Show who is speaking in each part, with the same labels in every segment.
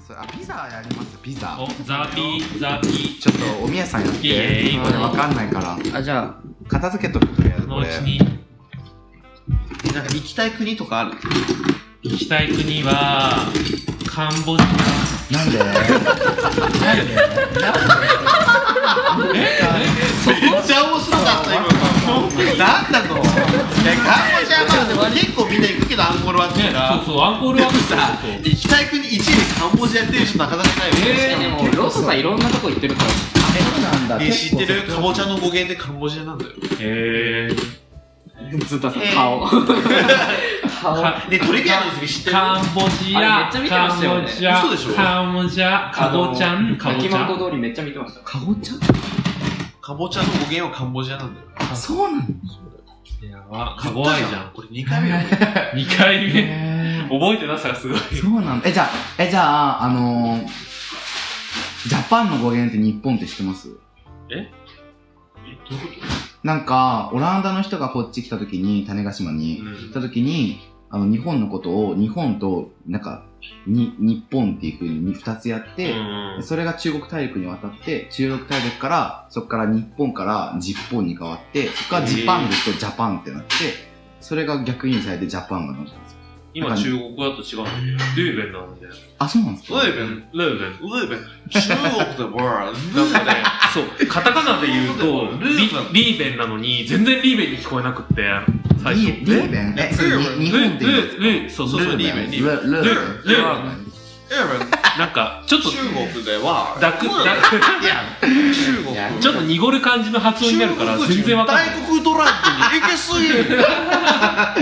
Speaker 1: ザやりますピザ
Speaker 2: おザーピーザーピ
Speaker 1: ちょっとおみやさんやって
Speaker 2: イエーイ
Speaker 1: これわかんないから
Speaker 3: あじゃ
Speaker 1: 片付けとくとりあえ
Speaker 2: ー
Speaker 1: ず
Speaker 2: の
Speaker 1: こ
Speaker 2: う
Speaker 1: れ
Speaker 2: ちに
Speaker 3: あなんか行きたい国とかある
Speaker 2: 行きたい国はカンボジ
Speaker 1: なんでなんで
Speaker 3: めっちゃ面 白かった今なんだといやカンボジアまあ結構みんな行くけどアンコールワットと
Speaker 2: アそう
Speaker 3: か
Speaker 2: そうアンコールワットさ
Speaker 3: 行きたい国1位でカンボジアっていう人なかなかな いよ
Speaker 4: え
Speaker 3: ね
Speaker 4: でもロスさんいろんなとこ行ってるから
Speaker 1: そうなんだ
Speaker 3: え知ってる
Speaker 1: 結構
Speaker 3: かぼちゃの語源でカンボジアなんだよ
Speaker 2: へえ
Speaker 4: ずっとさ
Speaker 3: えー
Speaker 4: 顔顔
Speaker 2: カ
Speaker 3: でトリビアの時知ってる
Speaker 2: カンボジア
Speaker 4: あれめっちゃ見てましたよね
Speaker 2: カンボ
Speaker 3: 嘘でし
Speaker 2: ジア
Speaker 3: ょ
Speaker 2: カンボジアカボちゃんカボ
Speaker 4: 秋
Speaker 2: ちゃん
Speaker 4: 元通りめっちゃ見てました
Speaker 1: かぼち
Speaker 3: かぼちゃの語源はカンボジアなんだよ
Speaker 1: ゃそうなんだ
Speaker 2: やばカボアイじゃん
Speaker 3: これ2回目よ
Speaker 2: 二回 目
Speaker 1: へ
Speaker 2: 覚えてなさがすごい
Speaker 1: ーそうなんだえじゃあえじゃああのージャパンの語源って日本って知ってます
Speaker 2: どういうこ
Speaker 1: なんかオランダの人がこっち来た時に種子島に、行った時にあの日本のことを日本となんかに日本っていうふうに2つやっ
Speaker 2: と
Speaker 1: て、それが中国大陸に渡って中国大陸からそこから日本からジッポンに変わってそこからジパングとジャパンってなってそれが逆にされてジャパンがなったんですよ
Speaker 5: 今中国語だと違うんだよ。ルーベンなんだよ。
Speaker 1: あそうなんです
Speaker 3: ウ
Speaker 1: か
Speaker 3: ェーベン
Speaker 5: ルーベン。
Speaker 3: ウェーベン中国でワールド
Speaker 5: なんかね、そう、カタカナで言うと、
Speaker 3: ル
Speaker 5: リ
Speaker 3: ーベン
Speaker 5: リーベンなのに、全然リーベンに聞こえなくって、最初。
Speaker 1: リーリーベンえそれ
Speaker 3: ルーベン
Speaker 1: に日本で
Speaker 5: ル
Speaker 1: 言う
Speaker 5: ールーそうそうそう、
Speaker 3: ル
Speaker 5: リ
Speaker 3: ー
Speaker 5: ー
Speaker 3: ベ
Speaker 5: ベ
Speaker 3: ン
Speaker 5: ン。
Speaker 3: リ
Speaker 1: ル
Speaker 3: ーベン
Speaker 1: ーベンル
Speaker 5: ル
Speaker 1: ーベ
Speaker 5: ルー
Speaker 1: ン
Speaker 3: ウェーベン
Speaker 5: なんか、ちょっと、
Speaker 3: 中国では
Speaker 5: ダク、ダク、
Speaker 3: いや中国
Speaker 5: ちょっと濁る感じの発音になるから、全然わかんない。
Speaker 3: 大国ドラッグにいけすぎる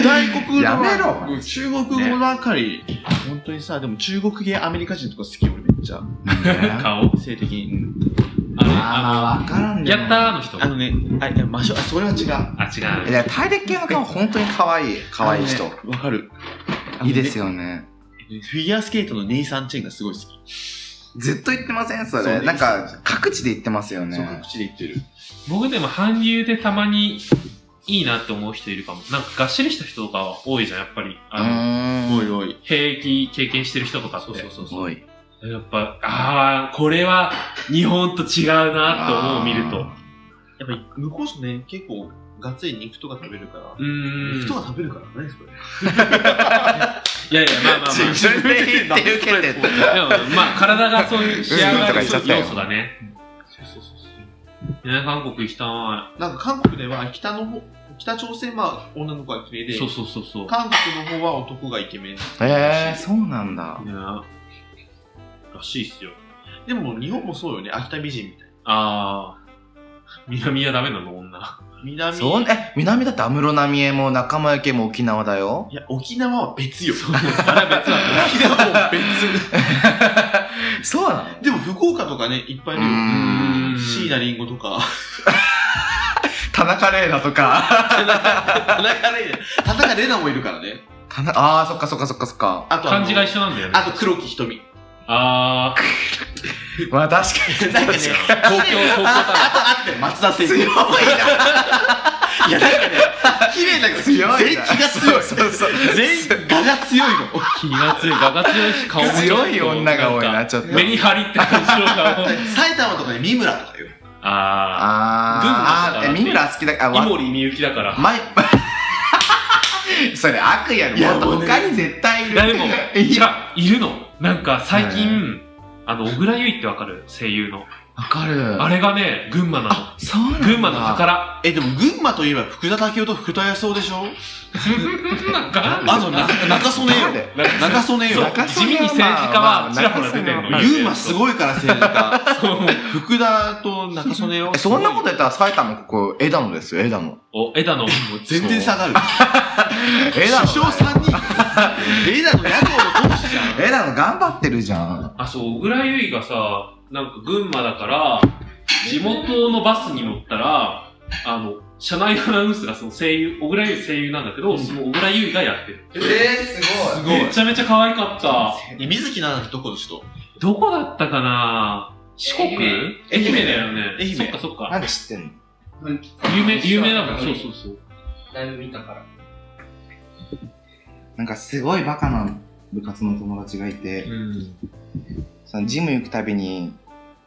Speaker 3: 大国ドラ
Speaker 1: やめろ
Speaker 3: ッグ中国語ばかり、本当にさでも中国系アメリカ人とか好き俺めっちゃ
Speaker 1: なんでね
Speaker 2: 顔
Speaker 3: 性的に、
Speaker 2: あの
Speaker 1: あーまあ分から
Speaker 2: あ
Speaker 1: ん
Speaker 2: の
Speaker 1: でも
Speaker 2: やったーの人
Speaker 3: あのねあいやまあしょあそれは違う
Speaker 2: あ違
Speaker 1: いうや大陸系の顔本当に可愛い可愛い人
Speaker 3: あのねわ、かる
Speaker 1: いいです
Speaker 3: よ
Speaker 1: よね
Speaker 3: フィギュアスケートのネイサン・チェンがすごい好き、
Speaker 1: ずっと言ってませんそ
Speaker 3: そう
Speaker 1: れ
Speaker 3: ね
Speaker 1: なんか各地で言ってますよ
Speaker 3: そう
Speaker 1: ね
Speaker 3: 各地で言ってる
Speaker 2: 僕でも韓流でたまにいいなって思う人いるかもなんかがっしりした人とか多いじゃんやっぱり
Speaker 1: う
Speaker 2: あの、
Speaker 1: ーん
Speaker 3: おいおい
Speaker 2: 兵役経験してる人とかって
Speaker 3: そうそうそうそう
Speaker 1: おい
Speaker 2: やっぱああこれは日本と違うなって思う見ると
Speaker 1: あ
Speaker 3: やっぱり向こうね結構がっつり肉とか食べるから、
Speaker 2: うーん
Speaker 3: 肉とか食べるからねそれ
Speaker 2: いやいやまあまあま
Speaker 1: ー 自分で言って受けてった
Speaker 2: あでもまあ体がそういう仕上
Speaker 1: う
Speaker 2: が
Speaker 1: んとか
Speaker 2: る
Speaker 1: 言っちゃったよ
Speaker 2: 要素だね南韓国行きたい
Speaker 3: なんか韓国では北の方北朝鮮は女の子が綺麗で
Speaker 2: そうそうそうそう
Speaker 3: 韓国の方は男がイケメン
Speaker 1: えー、そうなんだ
Speaker 2: ねらしいっすよ
Speaker 3: でも日本もそうよね秋田美人みたいな
Speaker 2: ああ南はダメなの女
Speaker 3: 南
Speaker 1: そうえ南だって安室奈美恵も仲間由紀恵も沖縄だよ
Speaker 3: いや沖縄は別よ沖
Speaker 2: あれは別だ
Speaker 3: 縄は別
Speaker 1: そうなの
Speaker 3: でも福岡とかねいっぱいいる
Speaker 1: う
Speaker 2: う
Speaker 1: ー
Speaker 3: よ
Speaker 2: ーん
Speaker 3: 椎名林檎とか
Speaker 1: 田中玲奈とか
Speaker 3: 田中玲奈田中玲奈もいるからね
Speaker 1: 田中ああそっかそっかそっかそっか
Speaker 3: あとあの
Speaker 2: 漢字が一緒なんだよね
Speaker 3: あと黒木瞳
Speaker 2: あー
Speaker 1: まあ確かに
Speaker 3: なんかね
Speaker 1: 確
Speaker 2: 東京東京タワー
Speaker 3: あとあとね松田聖
Speaker 1: 強
Speaker 3: 子
Speaker 1: いない
Speaker 3: やなんかね綺麗だけ ど
Speaker 1: 強いな
Speaker 3: 全員気が強い
Speaker 1: そうそう
Speaker 3: 全員我が強いの
Speaker 2: 気が強い我が強いし顔もちょっと
Speaker 1: 強い女が多い
Speaker 2: ん
Speaker 1: な
Speaker 2: か
Speaker 1: ちょっと
Speaker 2: 目に張りって感 じの顔
Speaker 3: 埼玉とかね三村とかよ
Speaker 2: あ
Speaker 1: あーあー
Speaker 2: 群馬だから
Speaker 1: え三村好きだから
Speaker 2: あ井
Speaker 1: わ
Speaker 2: 森美幸だから
Speaker 1: 前それ悪や
Speaker 3: いや
Speaker 1: ろもっと他に絶対い
Speaker 2: い
Speaker 1: る
Speaker 2: やでも
Speaker 1: い
Speaker 2: い
Speaker 1: や
Speaker 2: やいるのなんか最
Speaker 1: は
Speaker 2: 近あの小倉優衣ってわかる声優の
Speaker 1: わかる
Speaker 2: あれがね群馬なの
Speaker 1: そうなんだ
Speaker 2: 群馬の宝
Speaker 3: えでも群馬といえば福田赳夫と福田康夫で しょ
Speaker 2: なんか
Speaker 3: あとな中曽根よ
Speaker 1: 誰
Speaker 3: 中曽根よ
Speaker 2: そう
Speaker 1: 中
Speaker 2: 地
Speaker 1: 曽
Speaker 2: 味に
Speaker 1: 根は
Speaker 2: 政治家
Speaker 1: まあ
Speaker 2: はちらほら出てん
Speaker 1: まあ
Speaker 2: の
Speaker 3: ユーマすごいから政治家
Speaker 2: そう
Speaker 3: 福田と中曽根を
Speaker 1: えそんなこと言ったら埼玉ここ枝野ですよ枝野
Speaker 2: お枝野
Speaker 3: 全然下がる
Speaker 1: 枝
Speaker 3: 首
Speaker 1: 野
Speaker 3: 相3人 枝野野党の党首じゃん
Speaker 1: 枝野頑張ってるじゃん
Speaker 2: あそう小倉優衣がさなんか群馬だから地元のバスに乗ったらあの車内アナウンスがその声優小倉優衣声優なんだけど、その小倉優衣がやってる
Speaker 1: えー、すご
Speaker 3: すごい
Speaker 2: めちゃめちゃ可愛かった
Speaker 3: え水木奈々ってどこの人
Speaker 2: どこだったかな四国
Speaker 4: 愛
Speaker 2: 愛媛だよね。
Speaker 3: 愛媛
Speaker 2: そっかそっか。
Speaker 1: なんで知ってんの
Speaker 2: 有名、有名だもん。そうそうそう。
Speaker 4: ライブ見たから
Speaker 1: なんかすごいバカな部活の友達がいて、
Speaker 2: うん。
Speaker 1: そのジム行くたびに、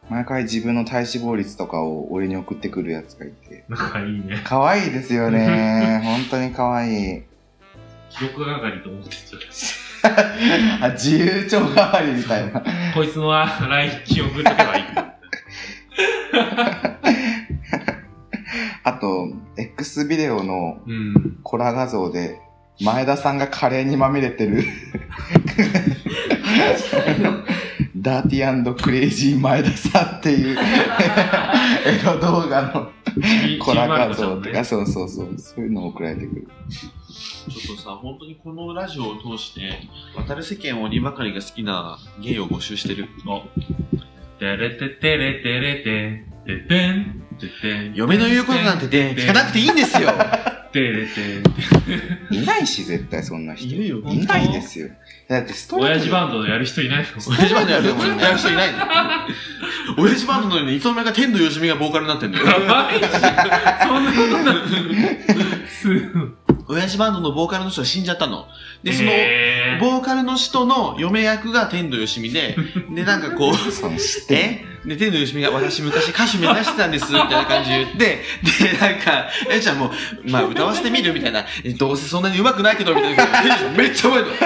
Speaker 1: 毎回自分の体脂肪率とかを俺に送ってくるやつがいて。
Speaker 2: 仲いいね。
Speaker 1: 可愛いですよね。本当に可愛い。
Speaker 2: 記録係と思ってちゃう。
Speaker 1: あ、自由帳代わりみたいな。
Speaker 2: こいつのは LINE 記憶とけばいい。
Speaker 1: あと、X ビデオの
Speaker 2: うん。
Speaker 1: コラ画像で、前田さんがカレーにまみれてる。ダーティークレイジー前田さんっていうエロ動画の
Speaker 2: ちび
Speaker 1: コラ画
Speaker 2: ちび
Speaker 1: 像
Speaker 2: まる子ちゃん
Speaker 1: と
Speaker 2: のね
Speaker 1: か、そうそうそう、そういうの送られてくる。
Speaker 3: ちょっとさ、本当にこのラジオを通して、渡る世間を鬼ばかりが好きな芸を募集してる。
Speaker 2: てれててれてれて、ててん、ててん、
Speaker 3: 嫁の言うことなんてね、聞かなくていいんですよ。
Speaker 2: てれてん。
Speaker 1: いないし、絶対そんな人。
Speaker 3: いるよ
Speaker 1: いないですよ。だってストレ
Speaker 2: 親
Speaker 1: ー
Speaker 2: 父
Speaker 1: ト
Speaker 2: バンドやる人いないの
Speaker 3: 親父バンドやるもんやる人いないの。親父バンドなのに、いつの間にか天童よしみがボーカルになってんだよ。
Speaker 2: マジそんなことなのす
Speaker 3: 親父バンドのボーカルの人が死んじゃったの。で、その、
Speaker 2: えー
Speaker 3: ボーカルの人の嫁役が天童よしみで、で、なんかこう、
Speaker 1: その知って
Speaker 3: えで、天童よしみが、私昔歌手目指してたんです、みたいな感じで言って、で、なんか、えちゃんも、まあ歌わせてみるみたいな、えどうせそんなに上手くないけど、みたいな。テンションめっちゃ上手いの。おら、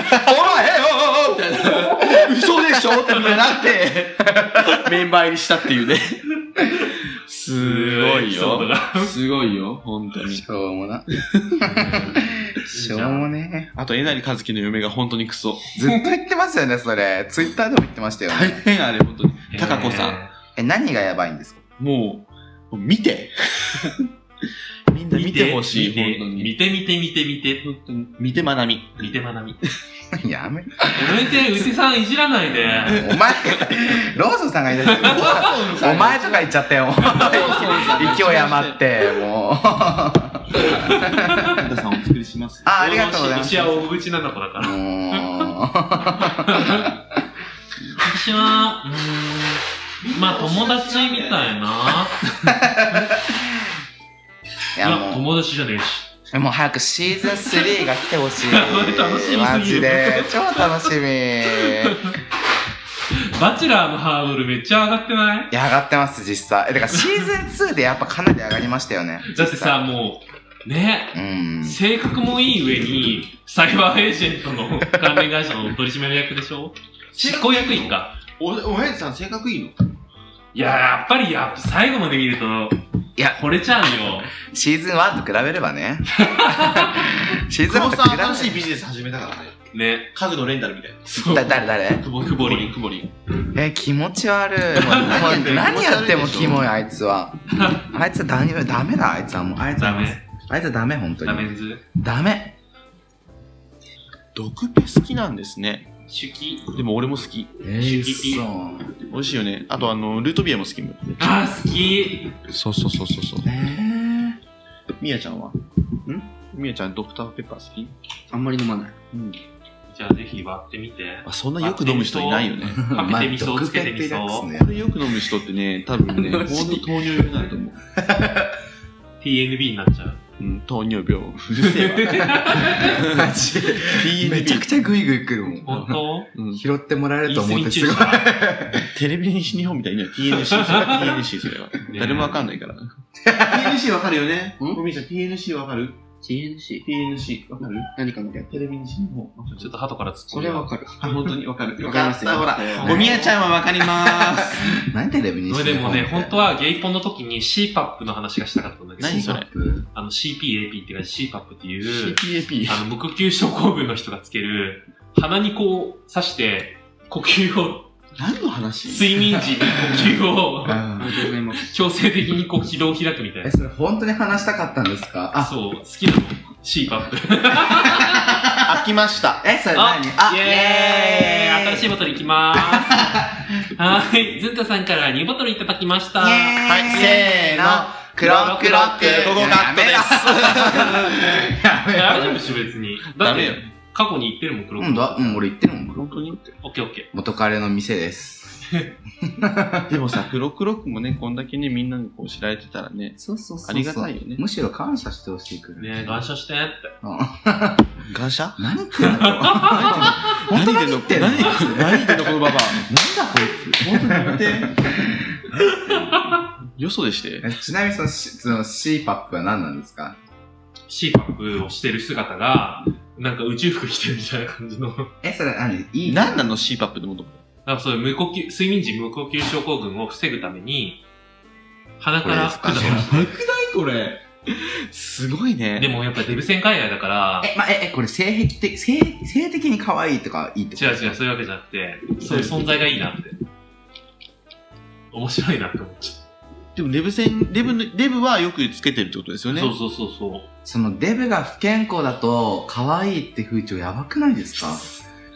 Speaker 3: えよみたいな。嘘でしょってみんななって、メンバー入りしたっていうね。すごい
Speaker 2: エピソード
Speaker 3: よ。
Speaker 2: が
Speaker 3: すごいよ、本当に。
Speaker 1: しょうも な。しょうもね。
Speaker 3: あと、えなりかずきの嫁が本当にクソ。
Speaker 1: ずっと言ってますよね、それ。ツイッターでも言ってましたよ
Speaker 3: 大
Speaker 1: ね。
Speaker 3: 変あれ、本当に。たかこさん。
Speaker 2: ん。
Speaker 1: え、何がやばいんですか
Speaker 3: もう、もう見 てみんな見てほしい、本当に。
Speaker 2: 見て見て見て見て。
Speaker 3: 本当に見てまなみ。
Speaker 2: 見てまなみ。
Speaker 1: やめろ。
Speaker 2: やめて、うちさんいじらないで。
Speaker 1: お前、ローソンさんが言い出した。お前とか言っちゃった よ。勢い余って、もう。あ、
Speaker 3: 神田さんお作りします。
Speaker 1: ありがとうございま
Speaker 2: 私
Speaker 1: す。
Speaker 2: は大口なの子だから。
Speaker 1: も
Speaker 2: 私は、うーん、まあ友達みたいな。
Speaker 1: うい
Speaker 2: い
Speaker 1: や、
Speaker 2: や、
Speaker 1: も
Speaker 2: 友達じゃねえし。
Speaker 1: う、もう早くシーズン3が来て ほしい。
Speaker 2: 楽しみすぎる
Speaker 1: マジで、超楽しみ。い
Speaker 2: バチェラーのハードルめっちゃ上がってない
Speaker 1: や、上がってます、実際。え、だからシーズン2でやっぱかなり上がりましたよね。
Speaker 2: だってさ、もう、ね、
Speaker 1: うん。
Speaker 2: 性格もいい上に、サイバーエージェントの関連会社の取締役でしょ執行役員か。
Speaker 3: お、おやじさん性格いいの
Speaker 2: いや、やっぱりやっぱ最後まで見ると、
Speaker 1: いや
Speaker 2: 惚れちゃうよ。
Speaker 1: シーズン1と比べれば ね。シーズン1
Speaker 3: 久保
Speaker 1: と
Speaker 3: さ
Speaker 1: 比べ
Speaker 3: ん
Speaker 1: れば
Speaker 3: 新しいビジネス始めたからね。
Speaker 2: ね。
Speaker 3: 家具のレンタルみたいな。
Speaker 2: そう。
Speaker 1: だ誰誰
Speaker 3: 久保
Speaker 2: 久保り
Speaker 3: 久保り。
Speaker 1: え、気持ち悪い。もう もう何やってもキモい、あいつは。あいつはダメダメだ、あいつはもう。あいつは
Speaker 2: ダメ。
Speaker 1: あいつはダメ、本当
Speaker 2: ダメ
Speaker 1: に。
Speaker 2: ンズ。
Speaker 1: ダメ。
Speaker 3: 毒ペ好きなんですね。
Speaker 2: 手記。
Speaker 3: でも俺も好き。
Speaker 1: え
Speaker 2: ー嘘
Speaker 3: 美味しいよね。あとあの、ルートビアも好きも。
Speaker 2: あー、好き。
Speaker 3: そうそうそうそうそう。
Speaker 1: えー
Speaker 3: みやちゃんはんみやちゃんドクターペッパー好き
Speaker 4: あんまり飲まない。
Speaker 3: うん。
Speaker 2: じゃあぜひ割ってみて。
Speaker 3: あ、そんなよく飲む人いないよね。
Speaker 2: かけてみそをつけてみ
Speaker 1: まあ毒
Speaker 2: そ
Speaker 1: ペ
Speaker 2: う。
Speaker 1: ってやつね
Speaker 3: これよく飲む人ってね、多分 ね、糖
Speaker 4: マジ
Speaker 3: 尿糖尿病になると思う。
Speaker 2: TNB になっちゃう。
Speaker 3: うん、糖尿病。うるせえわ。
Speaker 1: マ ジでめちゃくちゃグイグイ来るもん。
Speaker 2: 本当
Speaker 3: うん
Speaker 1: 拾ってもらえ
Speaker 2: 言
Speaker 1: る
Speaker 2: い
Speaker 1: と
Speaker 2: 過
Speaker 1: 思っ
Speaker 2: ぎ
Speaker 1: てす
Speaker 2: 注
Speaker 1: ご
Speaker 2: 射
Speaker 1: い。
Speaker 3: テレビ西日本みたいには TNC、それは TNC それは。
Speaker 2: ね
Speaker 3: 誰もわかんないから。TNC わかるよねおみちゃん TNC わかる
Speaker 4: TNC?
Speaker 3: ?TNC わかる
Speaker 4: 何かの略。
Speaker 3: テレビ西日本。
Speaker 2: ちょっと鳩から突っ込
Speaker 4: そ
Speaker 2: ん
Speaker 4: れ
Speaker 2: で。
Speaker 4: はわかる。
Speaker 3: あ、本当に わかる。
Speaker 4: わ
Speaker 3: よ
Speaker 4: かり
Speaker 3: か
Speaker 4: ま
Speaker 3: っ
Speaker 4: すよ
Speaker 3: た、ほら。おみやちゃんはわかりまーす。
Speaker 1: 何テレビに
Speaker 2: そ
Speaker 1: し
Speaker 2: れ
Speaker 1: て
Speaker 2: でもね、本当
Speaker 1: は。
Speaker 2: はゲイポンの時に CPAP の話がしたかったんだけど、
Speaker 3: 何それ
Speaker 2: あの CPAP っていうか CPAP っていう、
Speaker 3: CPAP。
Speaker 2: あの、無呼吸症候群の人がつける、鼻にこう刺して、呼吸を、
Speaker 3: 何の話
Speaker 2: 睡眠時に呼吸を、
Speaker 4: ありがとうございます。
Speaker 2: 強制的にこう、軌道を開くみた
Speaker 1: え、
Speaker 2: いな。
Speaker 1: それ本当に話したかったんですかあ、
Speaker 2: そう、好きなの ?CPAP。
Speaker 3: 飽きました。
Speaker 1: え、それ何
Speaker 2: イエーイ新しいボトルいきまー す。はーい。ずんたさんから2ボトルいただきました。
Speaker 3: はい、せーの。
Speaker 1: クロックロック
Speaker 3: ここカットです。
Speaker 2: 大丈夫でしょ、別に。だ
Speaker 3: ダ
Speaker 2: っ
Speaker 3: メよ
Speaker 2: て、過去に言ってるもん、黒
Speaker 1: うんだ、うん、俺言ってるもん。
Speaker 3: 本当に
Speaker 2: オッケーオッケ
Speaker 1: 元彼の店です。
Speaker 3: でもさ、黒黒くもね、こんだけね、みんなにこう知られてたらね、
Speaker 1: そうそうそう
Speaker 3: ありがたいよね
Speaker 1: むしろ感謝してほしいく
Speaker 2: ー。
Speaker 1: らい。
Speaker 2: ねえ、感謝してって。
Speaker 1: うん
Speaker 3: ガンシャ
Speaker 1: 何言って んだ
Speaker 3: 何言ってんの
Speaker 1: 言ってんの
Speaker 3: 何言ってんのこのババア。よそでして。
Speaker 1: ろうちなみにそのしその CPAP は何なんですか
Speaker 2: CPAP をしてる姿が、なんか宇宙服着てるみたいな感じの。
Speaker 1: え、それ何いい
Speaker 3: 何なの ?CPAP ってもと
Speaker 2: なんかそういう無呼吸、睡眠時無呼吸症候群を防ぐために、鼻から管出してる
Speaker 3: これ。すごいね。
Speaker 2: で、もやっぱデブ戦海外だから、
Speaker 1: え、まあ、え、え、これ性癖的、性、性的に可愛いとかいいってこと
Speaker 2: 違う違う、そういうわけじゃなくて、そういう存在がいいなって。面白いなって思っちゃっ
Speaker 3: でもレブ戦、レブの、レブはよくつけてるってことですよ
Speaker 2: た。
Speaker 3: ね。
Speaker 2: そうそうそうそう。
Speaker 1: そのデブが不健康だと可愛いって風潮やばくないですか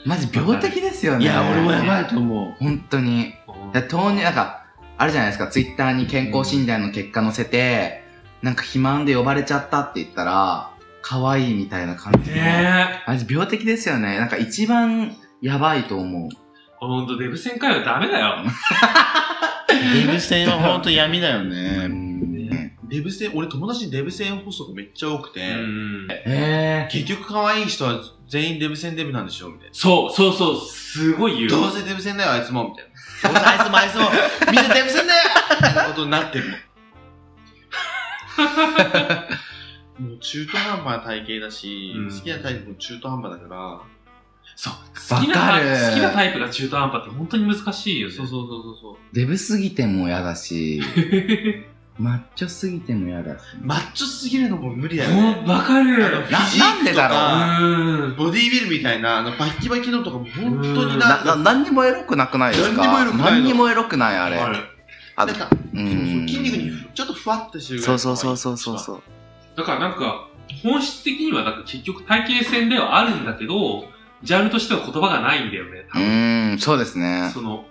Speaker 1: マジ病的ですよね。
Speaker 3: いや、俺もやばいと思
Speaker 1: 本当に。だから糖尿、なんか、あるじゃないですか、ツイッターに健康診断の結果載せて、なんか肥満で呼ばれちゃったって言ったら、可愛いみたいな感じの。
Speaker 2: ねえ。
Speaker 1: マジ病的ですよね。なんか一番やばいと思う。
Speaker 2: ほんとデブ戦海外ダメだよ。
Speaker 3: う。レブ戦はほんと闇だよ
Speaker 1: う
Speaker 3: ね。
Speaker 1: ん
Speaker 3: レブ戦、俺友達にレブ戦補足めっちゃ多くて、
Speaker 2: うん。
Speaker 1: え
Speaker 3: 結局可愛い人は全員デブ戦デブなんでしょみたいな。
Speaker 2: そう、そうそう、すごい言う。
Speaker 3: どうせデブ戦だよ、あいつも。みたいな。どうせあいつもあいつも、 みんなデブ戦だよみたいなことになってるもん。もう中途半端な体型だし、
Speaker 2: うん
Speaker 3: 好きなタイプも中途半端だから、
Speaker 2: そう。
Speaker 1: わ
Speaker 2: 好きなタ
Speaker 1: かる
Speaker 2: イプ、好きなタイプが中途半端って本当に難しいよね。
Speaker 3: そうそうそうそうそう。
Speaker 1: ー、デブすぎても嫌だし、 マッチョすぎても嫌だし。
Speaker 3: マッチョすぎるのも無理だよね。
Speaker 2: ほんわかる。
Speaker 1: ななんでだろう
Speaker 2: うん。
Speaker 3: ボディービルみたいな、あのバッキバキのとか、本当にな
Speaker 1: な、な、何にもエロくなくないですか
Speaker 3: 何にもエロくないの
Speaker 1: 何にもエロくない、あれ。
Speaker 3: はい
Speaker 1: あ
Speaker 3: なんか、
Speaker 1: う。
Speaker 3: そうん筋肉にちょっとふわっとしてるぐ
Speaker 1: そ
Speaker 3: ら
Speaker 1: う
Speaker 3: い
Speaker 1: そうそうそうそうそう。
Speaker 2: だからなんか、本質的にはなんか結局体型戦ではあるんだけど、ジャンルとしては言葉がないんだよね。
Speaker 1: うーん、そうですね。
Speaker 2: その、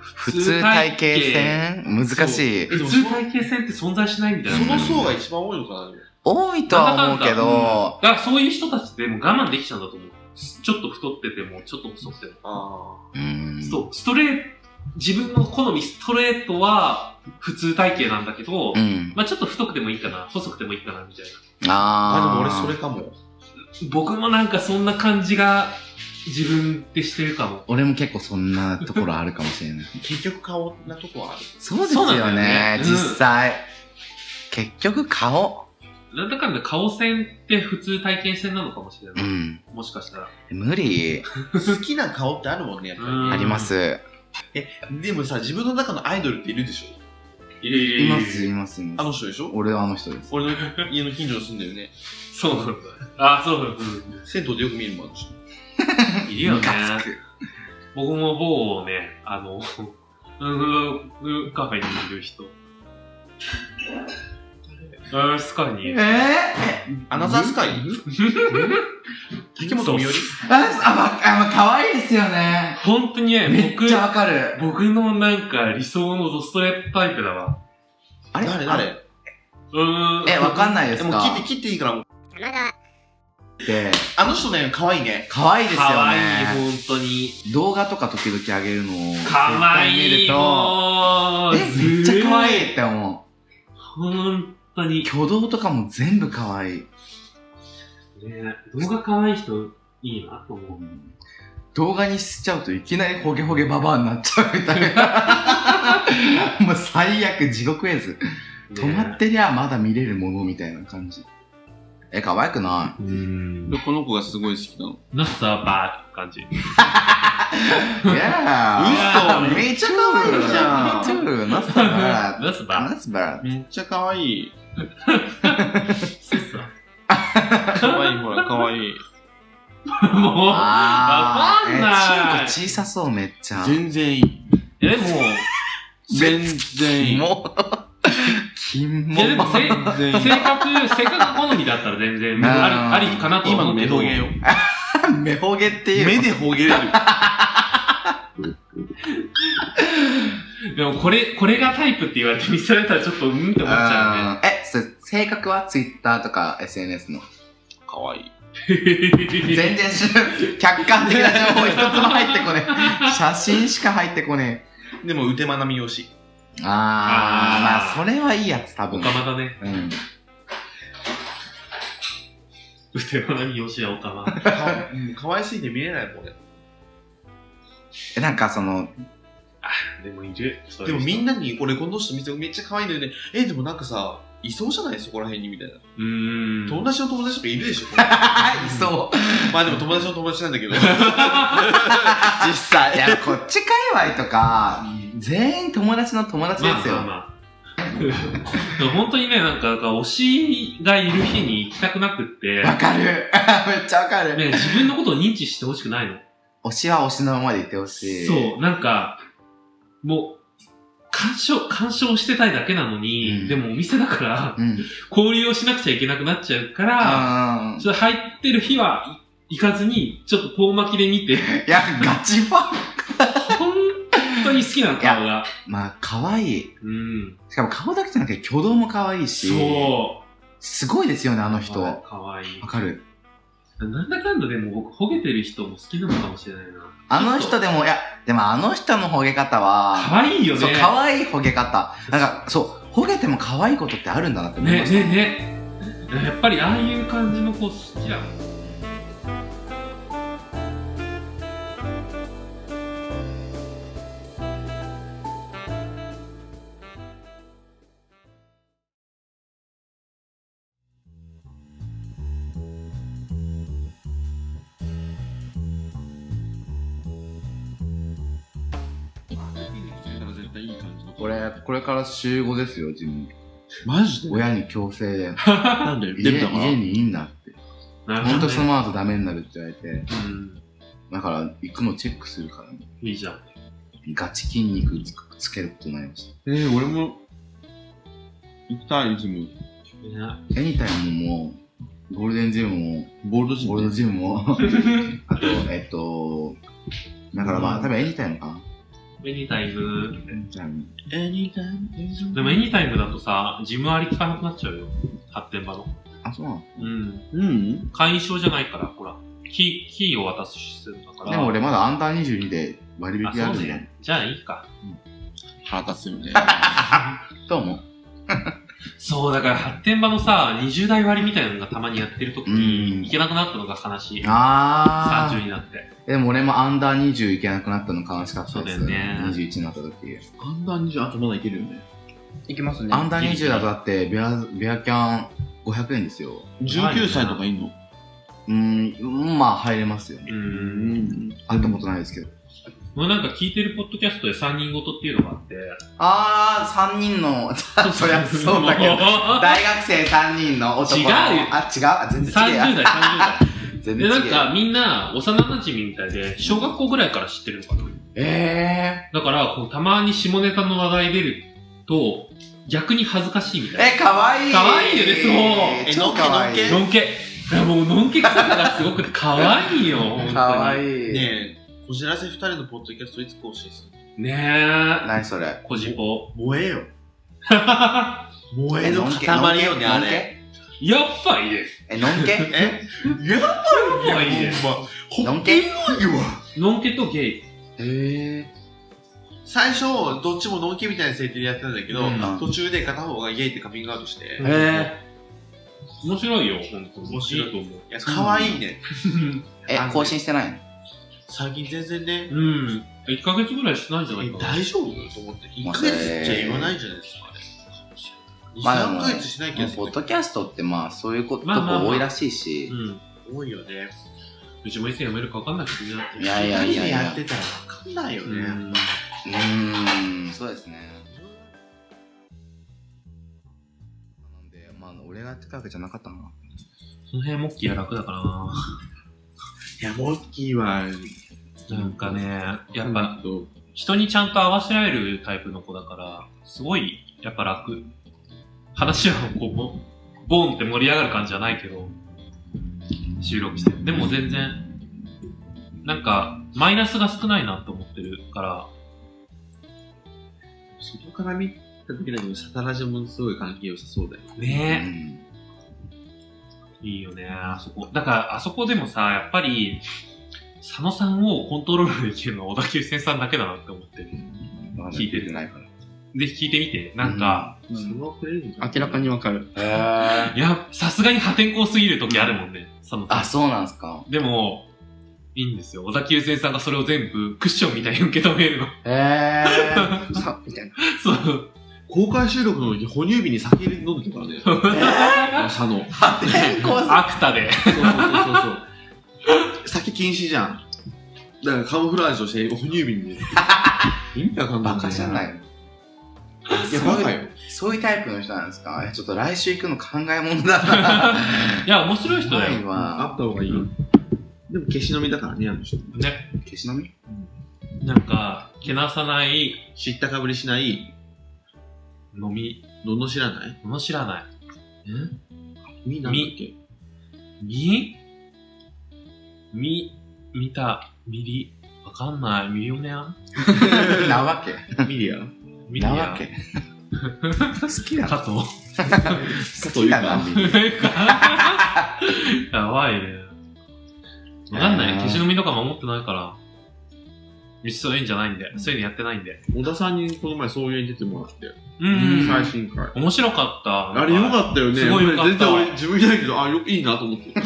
Speaker 1: 普通体型戦難しい。
Speaker 2: 普通体型戦って存在しないみたいな。
Speaker 3: その層が一番多いのかな、でも
Speaker 1: 多いとは思うけ
Speaker 2: なんだか
Speaker 1: ど、
Speaker 2: だからそういう人たちってもう我慢できちゃうんだと思う。ちょっと太ってても、ちょっと細くても。
Speaker 3: あ
Speaker 1: うーん
Speaker 2: そう、ストレート、自分の好みストレートは普通体型なんだけど、
Speaker 1: うん。
Speaker 2: まあちょっと太くてもいいかな、細くてもいいかな、みたいな。
Speaker 1: あー。
Speaker 3: あ。あ、でも俺それかも。
Speaker 2: 僕もなんかそんな感じが自分でしてるかも。
Speaker 1: 俺も結構そんなところあるかもしれない。
Speaker 3: 結局顔なとこはある。
Speaker 1: そうです
Speaker 2: そうな
Speaker 1: よ
Speaker 2: んだよ
Speaker 1: ね
Speaker 2: ね、うん
Speaker 1: 実際。結局顔。
Speaker 2: なんだかんだ顔戦って普通体験戦なのかもしれ
Speaker 1: う
Speaker 2: ない。
Speaker 1: ん。
Speaker 2: もしかしたら。
Speaker 1: 無理。
Speaker 3: 好きな顔ってあるもんね、やっぱり
Speaker 2: うん
Speaker 1: あります。
Speaker 3: ね。でもさ、自分の中のアイドルっているでしょ
Speaker 2: いるいる
Speaker 1: い
Speaker 2: いる
Speaker 1: ます、います、い
Speaker 3: あ
Speaker 1: ま
Speaker 3: の
Speaker 1: す。
Speaker 3: 人でしょ
Speaker 1: 俺はあの人です。
Speaker 3: 俺の家の近所に住んだよね。
Speaker 2: そうなんだ。あ、そうなんだ。
Speaker 3: 銭湯でよく見るもん、あの人
Speaker 2: いるよね
Speaker 1: ム。カつく。
Speaker 2: 僕も某ね、あの、うんうんカフェにいる人。あースカイに。
Speaker 3: アナザースカイ竹本美織
Speaker 1: あ、あ、まあ、可愛いですよね。
Speaker 2: 本当にね、僕、
Speaker 1: わかる。
Speaker 2: 僕のなんか理想のドストレートタイプだわ。
Speaker 1: あれ
Speaker 3: 誰誰
Speaker 2: うーん。
Speaker 1: え、わかんないで
Speaker 3: ですも
Speaker 1: か
Speaker 3: 切って切っていいから、
Speaker 1: って。
Speaker 3: あの人ね、可愛いね。
Speaker 1: 可愛いですよね。
Speaker 2: かわいい、本当に。
Speaker 1: 動画とか時々上げるのを絶
Speaker 2: かわ
Speaker 1: 対見
Speaker 2: い
Speaker 1: る
Speaker 2: い。
Speaker 1: と、
Speaker 2: もう
Speaker 1: え、めっちゃ可愛いっ
Speaker 2: ずー
Speaker 1: て思
Speaker 2: 本当
Speaker 1: う。
Speaker 2: に。
Speaker 1: 挙動とかも全部可愛い。
Speaker 2: ね動画可愛い人、いいなと思う。
Speaker 1: 動画にしちゃうといきなりホゲホゲババアになっちゃうみたいな。もう最悪、地獄絵図。止まってりゃまだ見れるものみたいな感じ。え、可愛くな
Speaker 2: うーん。
Speaker 3: この子がすごい好きなの。
Speaker 2: ナッサーバーって感じ。
Speaker 1: いいやー。
Speaker 3: 嘘
Speaker 1: めっちゃ可愛いじゃん。
Speaker 3: めっ
Speaker 1: めっちゃナスバ
Speaker 2: ナッサー
Speaker 1: ラ。
Speaker 2: バー。
Speaker 1: ナスバラ。
Speaker 3: めっちゃ可愛い。
Speaker 2: そうそう
Speaker 3: 可愛い、ほら、可愛い。
Speaker 2: もう、
Speaker 1: あー。
Speaker 2: わかんない
Speaker 1: えチンコ小さそう、めっちゃ。
Speaker 3: 全然いい。
Speaker 2: え、でも、
Speaker 3: 全然いい。
Speaker 1: もう、金
Speaker 2: いやで
Speaker 1: も
Speaker 2: も。せ
Speaker 3: 全然いい。
Speaker 2: 性格、性格好みだったら全然、
Speaker 1: あー
Speaker 2: あり、ありかなと
Speaker 3: 今
Speaker 2: 思
Speaker 3: の
Speaker 2: うけ
Speaker 3: 目
Speaker 2: ど。
Speaker 3: ほげよ。
Speaker 1: 目ほげっていう。
Speaker 3: 目でほげれる。
Speaker 2: でもこれ、これがタイプって言われて見せられたらちょっとうんって思っちゃうね。
Speaker 1: あーえ、それ性格はツイッターとか SNS の。
Speaker 3: 可愛い。
Speaker 1: 全然知らん客観的な情報一つも入ってこね え。写真しか入ってこねえ。
Speaker 3: でも、腕まなみよし。
Speaker 1: あー、まあ
Speaker 2: あー
Speaker 1: それはいいやつ多
Speaker 2: お
Speaker 1: 分。
Speaker 2: かまだね。
Speaker 1: うん。
Speaker 2: 腕の波よしやおかま。
Speaker 3: うん可愛すぎて見れないもんね。
Speaker 1: えなんかその、
Speaker 2: でもいる。
Speaker 3: でもみんなに、俺この人見てめっちゃ可愛いんだよね。え、でもなんかさ、いそうじゃないそこら辺にみたいな。
Speaker 2: うーん。
Speaker 3: 友達の友達とかいるでしょ
Speaker 1: あ、いそう。
Speaker 3: まあでも友達の友達なんだけど。
Speaker 1: 実際。いや、こっち界隈とか、全員友達の友達で
Speaker 2: まあ
Speaker 1: す
Speaker 2: まあ
Speaker 1: よ。
Speaker 2: まあ。でも本当にね、なんか、なんか推しがいる日に行きたくな くって、
Speaker 1: わかる。めっちゃわかる。
Speaker 2: ね、自分のことを認知してほしくないの。
Speaker 1: 推しは推しのままでいてほしい。
Speaker 2: そう、なんか、もう、干渉、干渉してたいだけなのに、
Speaker 1: うん
Speaker 2: でもお店だから、
Speaker 1: うん。
Speaker 2: 交流をしなくちゃいけなくなっちゃうから、
Speaker 1: うん。
Speaker 2: ちょっと入ってる日は、い行かずに、ちょっと遠巻きで 見て、
Speaker 1: いや、ガチファン。
Speaker 2: 本当に好きなの顔が。
Speaker 1: まあ、可愛い。
Speaker 2: うん。
Speaker 1: しかも顔だけじゃなくて挙動も可愛いし。
Speaker 2: そ
Speaker 1: すごいですよね、あの
Speaker 2: う。
Speaker 1: 人。
Speaker 2: か
Speaker 1: わ
Speaker 2: わいい。
Speaker 1: かる。
Speaker 2: なんだかんだでも僕、ほげてる人も好きなのかもしれないな。
Speaker 1: あの人でも、いや、でもあの人のほげ方は、
Speaker 2: かわいいよね。
Speaker 1: そう、可愛いほげ方。なんか、そう、ほげても可愛いことってあるんだなって思い
Speaker 2: ね
Speaker 1: ました。
Speaker 2: ねね。やっぱりああいう感じの子好きだもん。
Speaker 3: 絶対いい感じの。
Speaker 1: これ、これから週5ですよ、自分。
Speaker 3: マジ
Speaker 1: 親に強制 で。
Speaker 3: なんだよ。
Speaker 1: 家
Speaker 3: 出た
Speaker 1: 家にいいんだって。
Speaker 2: なるほ
Speaker 1: ほん
Speaker 2: ど
Speaker 1: と
Speaker 2: ね
Speaker 1: その後ダメになるって言われて。
Speaker 2: うん。
Speaker 1: だから、行くのチェックするから、ね、
Speaker 2: いいじゃん。
Speaker 1: ガチ筋肉つつけることになりまし
Speaker 3: えー、俺も、行きたい、いつも。
Speaker 2: ね
Speaker 1: た。エニタイムも、ゴールデンジムも、
Speaker 3: ボールドジ
Speaker 1: ゴー
Speaker 3: ム
Speaker 1: ルドジムも、 あと、えっと、だからまあ、多分エニタイムかな。
Speaker 2: エニタイム。
Speaker 1: エニタイム。
Speaker 3: エニタイム
Speaker 2: でもエニタイムだとさ、ジムあり聞かなくなっちゃうよ。発展場の。
Speaker 1: あ、そうなの
Speaker 2: うん。
Speaker 3: うん
Speaker 2: 会員証じゃないから、ほら。キー、キーを渡すシステムだか
Speaker 1: で
Speaker 2: ら。
Speaker 1: も俺まだアンダー22で割
Speaker 2: あ、
Speaker 1: 引あ
Speaker 2: そう
Speaker 1: るんだよ。
Speaker 2: ね。じゃあいいか。
Speaker 3: 腹立つよね。
Speaker 1: どうも。
Speaker 2: そう、だから発展場のさ、20代割みたいなのがたまにやってる時
Speaker 1: うん
Speaker 2: に、行けなくなったのが悲しい。
Speaker 1: あ
Speaker 2: 30
Speaker 1: ー。
Speaker 2: になって。
Speaker 1: でも俺もアンダー20いけなくなったの悲しかったです。
Speaker 2: そうだよね
Speaker 1: 21になった時。
Speaker 3: アンダー20、あとまだいけるよね。
Speaker 4: いきますね。
Speaker 1: アンダー20だとだって、ベア、ベアキャン500円ですよ。
Speaker 3: 19歳とかいんの
Speaker 1: うーん、まあ入れますよね。
Speaker 2: うん。
Speaker 3: ん。
Speaker 1: 会ったことないですけど。
Speaker 2: もうなんか聞いてるポッドキャストで3人ごとっていうのがあって。
Speaker 1: あー、3人 の、 そりゃそうだけど。
Speaker 2: ど。
Speaker 1: 大学生3人の男の
Speaker 2: 違うよ
Speaker 1: あ、違うあ全然違うや。
Speaker 2: 30代、30代。
Speaker 1: 全
Speaker 2: で、
Speaker 1: 然
Speaker 2: な
Speaker 1: 違
Speaker 2: ん
Speaker 1: う
Speaker 2: か
Speaker 1: や。
Speaker 2: みんな幼馴染みみたいで、小学校ぐらいから知ってるのかな。
Speaker 1: え
Speaker 2: だから、こうたまに下ネタの話題出ると、逆に恥ずかしいみ
Speaker 1: ー、
Speaker 2: たい
Speaker 1: え、かわいい。
Speaker 2: かわいいよねそう
Speaker 1: え超かわい
Speaker 3: え
Speaker 1: い。
Speaker 2: な。のんけ。いやもう、のんけ臭さがすごくて可愛 いよ、本当に。
Speaker 1: かわ
Speaker 2: い。
Speaker 1: いい。
Speaker 3: ねえ、こじらせ2人のポッドキャストいつ更新する
Speaker 2: ねえ。
Speaker 1: 何それ。
Speaker 2: こじぽ。
Speaker 3: 燃えよ。燃えの
Speaker 1: のんけ
Speaker 3: 塊よね、
Speaker 1: の
Speaker 3: あ
Speaker 1: んけ
Speaker 3: れ。
Speaker 2: やっぱいいです。
Speaker 1: え、のん け
Speaker 3: え
Speaker 2: やっぱいいです。
Speaker 3: ほ
Speaker 1: の
Speaker 3: ん
Speaker 1: ん
Speaker 3: ま
Speaker 1: け
Speaker 2: のんけとゲイ。
Speaker 1: え
Speaker 3: 最初、どっちものんけみたいな設定でやってたんだけど、
Speaker 2: うん
Speaker 3: 途中で片方がゲイってカミングアウトして、い
Speaker 2: え。面白いよ、本当に。
Speaker 3: 面白い
Speaker 2: と思 う。
Speaker 3: や、可愛いね。
Speaker 1: え、更新してないの
Speaker 3: 最近全然ね、
Speaker 2: うん。1ヶ月ぐらいしないんじゃないかな。
Speaker 3: 大丈夫と思って、1
Speaker 1: まあ
Speaker 3: ヶ月じゃ言わないんじゃないですか、
Speaker 1: ま
Speaker 3: あ
Speaker 1: あ
Speaker 3: れ。2、3
Speaker 1: でも
Speaker 3: ヶ月しないけ
Speaker 1: もうポ
Speaker 3: ど
Speaker 1: ッ、ドキャストってまあ、そういうこと
Speaker 2: まあまあまあ
Speaker 1: こ多いらしいし
Speaker 2: う。ん。
Speaker 3: 多いよね。
Speaker 2: うちもいつ辞めるか分かんないけどね。
Speaker 1: いやいやいやい
Speaker 3: や
Speaker 1: や
Speaker 3: っ。てたらわかんないよ
Speaker 2: う
Speaker 3: ね。
Speaker 2: ん。
Speaker 1: うーん、そうですね。なんで、まあ、俺がやってたわけじゃなかったのか
Speaker 2: その辺、モッキーは楽だからな。
Speaker 3: いや、モッキーは、
Speaker 2: なんかね、やっぱ、
Speaker 3: うんと
Speaker 2: 人にちゃんと合わせられるタイプの子だから、すごい、やっぱ楽。話はこうボン、ボンって盛り上がる感じじゃないけど、収録して。でも全然、なんか、マイナスが少ないなと思ってるから、
Speaker 3: 外から見た時だけど、サタラジもすごい関係良さそうだよ。
Speaker 1: な。
Speaker 2: ね
Speaker 1: ん。
Speaker 2: いいよね、あそこ。だから、あそこでもさ、やっぱり、佐野さんをコントロールできるのは小田急線さんだけだなって思ってる。
Speaker 1: まだ
Speaker 2: 聞いてる
Speaker 1: ないから。
Speaker 2: ぜひ聞いてみて、なんか、
Speaker 6: そんなれる
Speaker 4: 明らかにわかる。
Speaker 1: へ
Speaker 2: いや、さすがに破天荒すぎる時あるもんね、その
Speaker 1: あ、そうなんすか。
Speaker 2: でも、いいんですよ。小崎優先さんがそれを全部クッションみたいに受け止めるの。
Speaker 1: へえ。
Speaker 4: さ、みたいな。
Speaker 2: そう。
Speaker 3: 公開収録の時、哺乳瓶に酒飲んでたからね。 朝の。
Speaker 2: アクタで。
Speaker 3: そうそうそうそう。酒禁止じゃん。だからカモフラージュとして、哺乳瓶で。意味わかんない。
Speaker 1: バカじゃ
Speaker 3: い。
Speaker 1: ない。
Speaker 3: いや、バカよ。
Speaker 1: そういうタイプの人なんですかいやちょっと来週行くの考えものだ な。
Speaker 2: いや、面白い人だ
Speaker 1: な
Speaker 2: よ。
Speaker 1: いわ。
Speaker 3: あった方がいいよ。でも、消し飲みだからね、あの人。
Speaker 2: ね。
Speaker 1: 消し飲み
Speaker 2: なんか、けなさない、
Speaker 3: 知ったかぶりしない、
Speaker 2: 飲み、
Speaker 3: のの知らない
Speaker 2: の知らない。ん
Speaker 3: みなんだっけ
Speaker 2: みみ、見た、みり、わかんない、ミリオネア
Speaker 1: なわけ。
Speaker 3: ミリアか
Speaker 2: ミリ
Speaker 1: な
Speaker 2: ア
Speaker 1: わ け。好きだな。
Speaker 2: 加藤
Speaker 3: とい
Speaker 1: 好き
Speaker 3: う
Speaker 1: だな
Speaker 3: か、
Speaker 2: やばいね。わかんない。消し飲みとか守ってないから。ミストいいんじゃないんで。そういうのやってないんで。
Speaker 3: 小田さんにこの前そういうに出てもらって、
Speaker 2: う
Speaker 3: 最新回。
Speaker 2: 面白かった。
Speaker 3: あれよかったよね。
Speaker 2: すごい良かった
Speaker 3: 全然俺自分じゃないけど、あ、よ、いいなと思って。
Speaker 2: リュ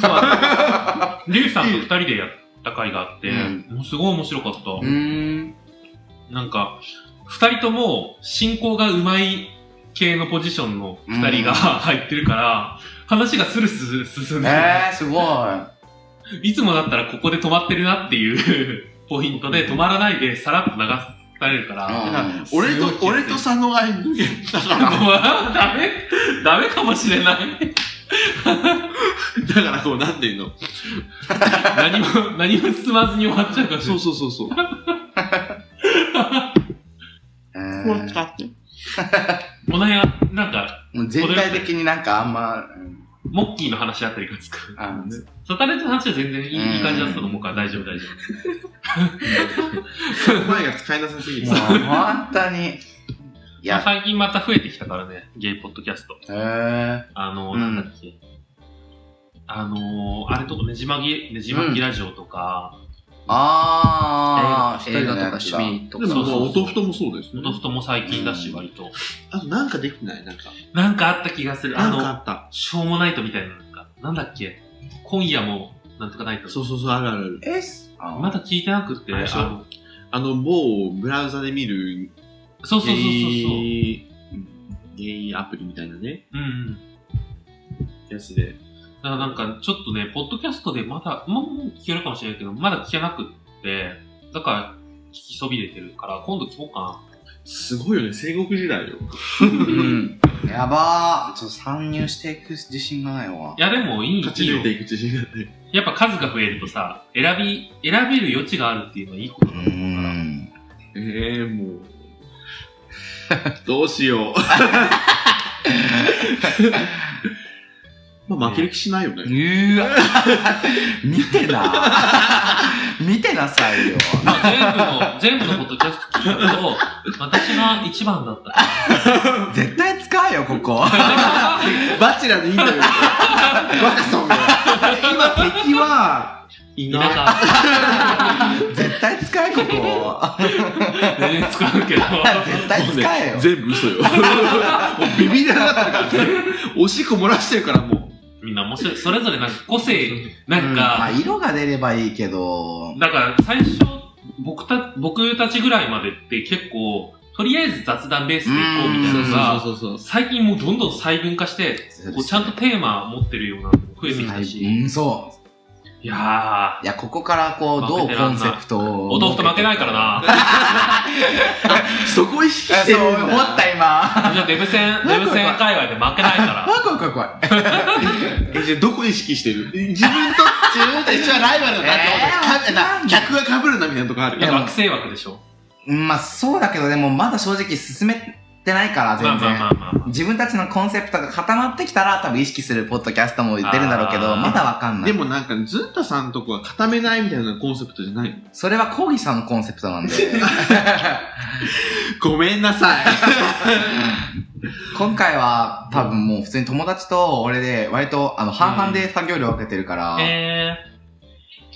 Speaker 2: ウさんと二人でやった回があって、
Speaker 1: う
Speaker 2: もうすごい面白かった。
Speaker 1: うーん。
Speaker 2: なんか、二人とも進行がうまい系のポジションの二人が
Speaker 1: うん
Speaker 2: 入ってるから、話がスルスル進んで、
Speaker 1: えー、すごい。
Speaker 2: いつもだったらここで止まってるなっていう ポイントで止まらないでさらっと流されるから、
Speaker 1: うん
Speaker 2: すご
Speaker 3: 俺
Speaker 2: い気がす
Speaker 3: と、
Speaker 2: る
Speaker 3: 俺と佐野が抜けたか ら、
Speaker 2: ダメダメかもしれない。
Speaker 3: だからこう、なんていうの。
Speaker 2: 何も、何も進まずに終わっちゃうかもしれな
Speaker 3: そう
Speaker 2: い。
Speaker 3: そうそうそう。こ
Speaker 1: え
Speaker 3: う
Speaker 1: ー
Speaker 3: 使って。
Speaker 2: おなや、なんか、
Speaker 1: もう全体的になんかあんま、うん
Speaker 2: モッキーの話あったりがつく。
Speaker 1: あの
Speaker 2: サタレの話は全然いい
Speaker 1: うん
Speaker 2: いい感じだったと思うから大丈夫大丈夫。
Speaker 3: 前が使いなさすぎて
Speaker 1: もう。本当に。いや、
Speaker 2: 最近また増えてきたからね、ゲイポッドキャスト。
Speaker 1: へえ
Speaker 2: あの、
Speaker 1: うん
Speaker 2: なんだっけ。あのー、あれとか、ねじまぎ、ねじまぎラジオとか、
Speaker 1: あー、
Speaker 4: 映画とか
Speaker 1: 一人のやつだ
Speaker 4: 趣味と
Speaker 3: で
Speaker 4: か。
Speaker 3: も、まあ、
Speaker 2: そうそうそう
Speaker 3: 音太もそうです
Speaker 2: う
Speaker 3: ね
Speaker 2: ん、。とも最近だし、
Speaker 1: うん
Speaker 2: 割と。
Speaker 3: あと、なんかできてないなんか。
Speaker 2: なんかあった気がする。あ
Speaker 3: なんかあ
Speaker 2: の、
Speaker 3: った。
Speaker 2: しょうもないとみたいな、なんか、なんだっけ。今夜も、なんとかないと。
Speaker 3: そうそうそう、あるあるある。
Speaker 1: えっす。あ
Speaker 2: まだ聞いてなくって、
Speaker 3: あれでしょ
Speaker 2: あの
Speaker 3: あの、某ブラウザで見る、
Speaker 2: そうそうそうそうそう。
Speaker 3: イゲイアプリみたいなね、
Speaker 2: うんうん。
Speaker 3: やつで。
Speaker 2: だからなんか、ちょっとね、ポッドキャストでまだ、もうもう聞けるかもしれないけど、まだ聞けなくって、だから、聞きそびれてるから、今度聞こうか
Speaker 3: すごいよね、戦国時代よ。
Speaker 1: うん。やばー。ちょっと参入していく自信がないわ。
Speaker 2: な。いや、でもいい、
Speaker 3: 勝ち
Speaker 2: いい
Speaker 3: 抜いて
Speaker 2: よ。
Speaker 3: いく自信があって。
Speaker 2: やっぱ数が増えるとさ、選び、選べる余地があるっていうのはいいこ
Speaker 1: う
Speaker 2: とだ。
Speaker 1: ん。
Speaker 3: ええもう。どうしよう。まあ、負ける気しないよ
Speaker 1: う
Speaker 3: ね。
Speaker 1: ーわ。見てな。見てなさいよ。
Speaker 2: まあ、全部の、全部のポッドキャスト聞いたけど、私が一番だったか
Speaker 1: 絶対使えよ、ここ。
Speaker 3: バチェラーのインタビューで。バカさんが。今、敵は、い
Speaker 2: ら。
Speaker 3: ない。
Speaker 1: 絶対使え、ここ。
Speaker 2: 田舎、全然使うけど。
Speaker 1: 絶対使えよ。
Speaker 3: 全部嘘よ。もうビビりながらったからね。おしっこ漏らしてるからも
Speaker 2: みんな面白い。それぞれなんか個性、なん
Speaker 1: うんま
Speaker 2: か
Speaker 1: あ、、色が出ればいいけど。
Speaker 2: だから最初僕た、僕たちぐらいまでって結構、とりあえず雑談ベースでいこうみたいなのが、
Speaker 3: うそう
Speaker 2: 最近もうどんどん細分化して、こうちゃんとテーマ持ってるようなのも増えてきたし、
Speaker 1: うん、そう。
Speaker 2: いや
Speaker 1: いや、ここからこう、
Speaker 2: まあ
Speaker 1: どう
Speaker 2: ベテ
Speaker 1: コ
Speaker 2: ラン
Speaker 1: ン
Speaker 2: な
Speaker 1: セプト
Speaker 2: ー、
Speaker 1: を。
Speaker 2: お豆腐と負けないから。な。
Speaker 3: そこ意識して
Speaker 1: そ
Speaker 3: る
Speaker 1: うん
Speaker 3: だ
Speaker 1: 思った、今。
Speaker 2: じゃあデブ戦、デブ戦界隈で負けないか
Speaker 1: あ、怖い怖い怖い。
Speaker 3: えじゃあどこ意識してる自分と、自分と一緒はライバルだなって思って、かな客が被るなみたいなとこある
Speaker 2: ら。いや、学生枠でしょ。
Speaker 1: うんまあ、そうだけど、でもまだ正直進めてないから、
Speaker 2: まあ
Speaker 1: 全
Speaker 2: まあま
Speaker 1: 然。
Speaker 2: あまあまあ。
Speaker 1: 自分たちのコンセプトが固まってきたら、多分意識するポッドキャストも出るんだろうけ
Speaker 2: あ
Speaker 1: ど、
Speaker 2: ー
Speaker 1: まだわかんない。
Speaker 3: でもなんか、ずんたさんとこは固めないみたいなコンセプトじゃないの
Speaker 1: それはコーギーさんのコンセプトなんで。
Speaker 3: ごめんなさい。
Speaker 1: 今回は、多分もう普通に友達と俺で、割と、あの、半々で作業量分けてるから、
Speaker 2: え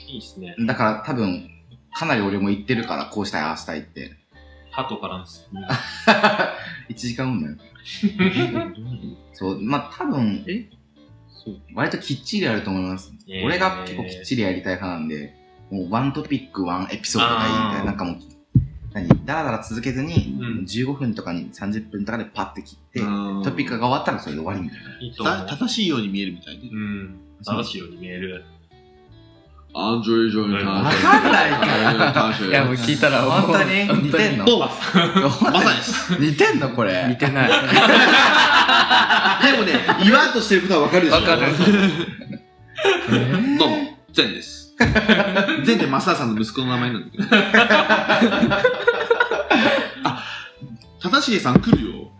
Speaker 2: ー、いいですね。
Speaker 1: だから多分、かなり俺も言ってるから、こうしたい、ああしたいって。
Speaker 2: ハトからの質問。
Speaker 1: 言時間後だよ。そう、まあ多分、え割ときっちりやると思います。
Speaker 2: えー
Speaker 1: 俺が結構きっちりやりたい派なんで、もうワントピック、ワンエピソードがいいみたい
Speaker 2: あ
Speaker 1: な、
Speaker 2: ー
Speaker 1: なんかもう、何だらだら続けずに、
Speaker 2: うん
Speaker 1: 15分とかに30分とかでパッて切って、
Speaker 3: うん
Speaker 1: トピックが終わったらそれで終わりみたいな。
Speaker 2: いいと思
Speaker 3: た
Speaker 2: う。
Speaker 3: 正しいように見えるみたいで。
Speaker 2: うん。正しいように見える。
Speaker 3: アンジョイ・ジョ
Speaker 2: に
Speaker 1: わ
Speaker 2: 関
Speaker 1: かんないから。
Speaker 3: い
Speaker 7: いや、もう聞いたら、
Speaker 1: 本当に似てんの
Speaker 3: まさにです。
Speaker 1: 似てんのこれ。
Speaker 7: 似てない。
Speaker 3: でもね、言わんとしてることはわかるでしょ。
Speaker 7: わかる
Speaker 3: どうも、ゼンです。 ゼンってマサさんの息子の名前なんだ けど。あ、正しげさん来るよ。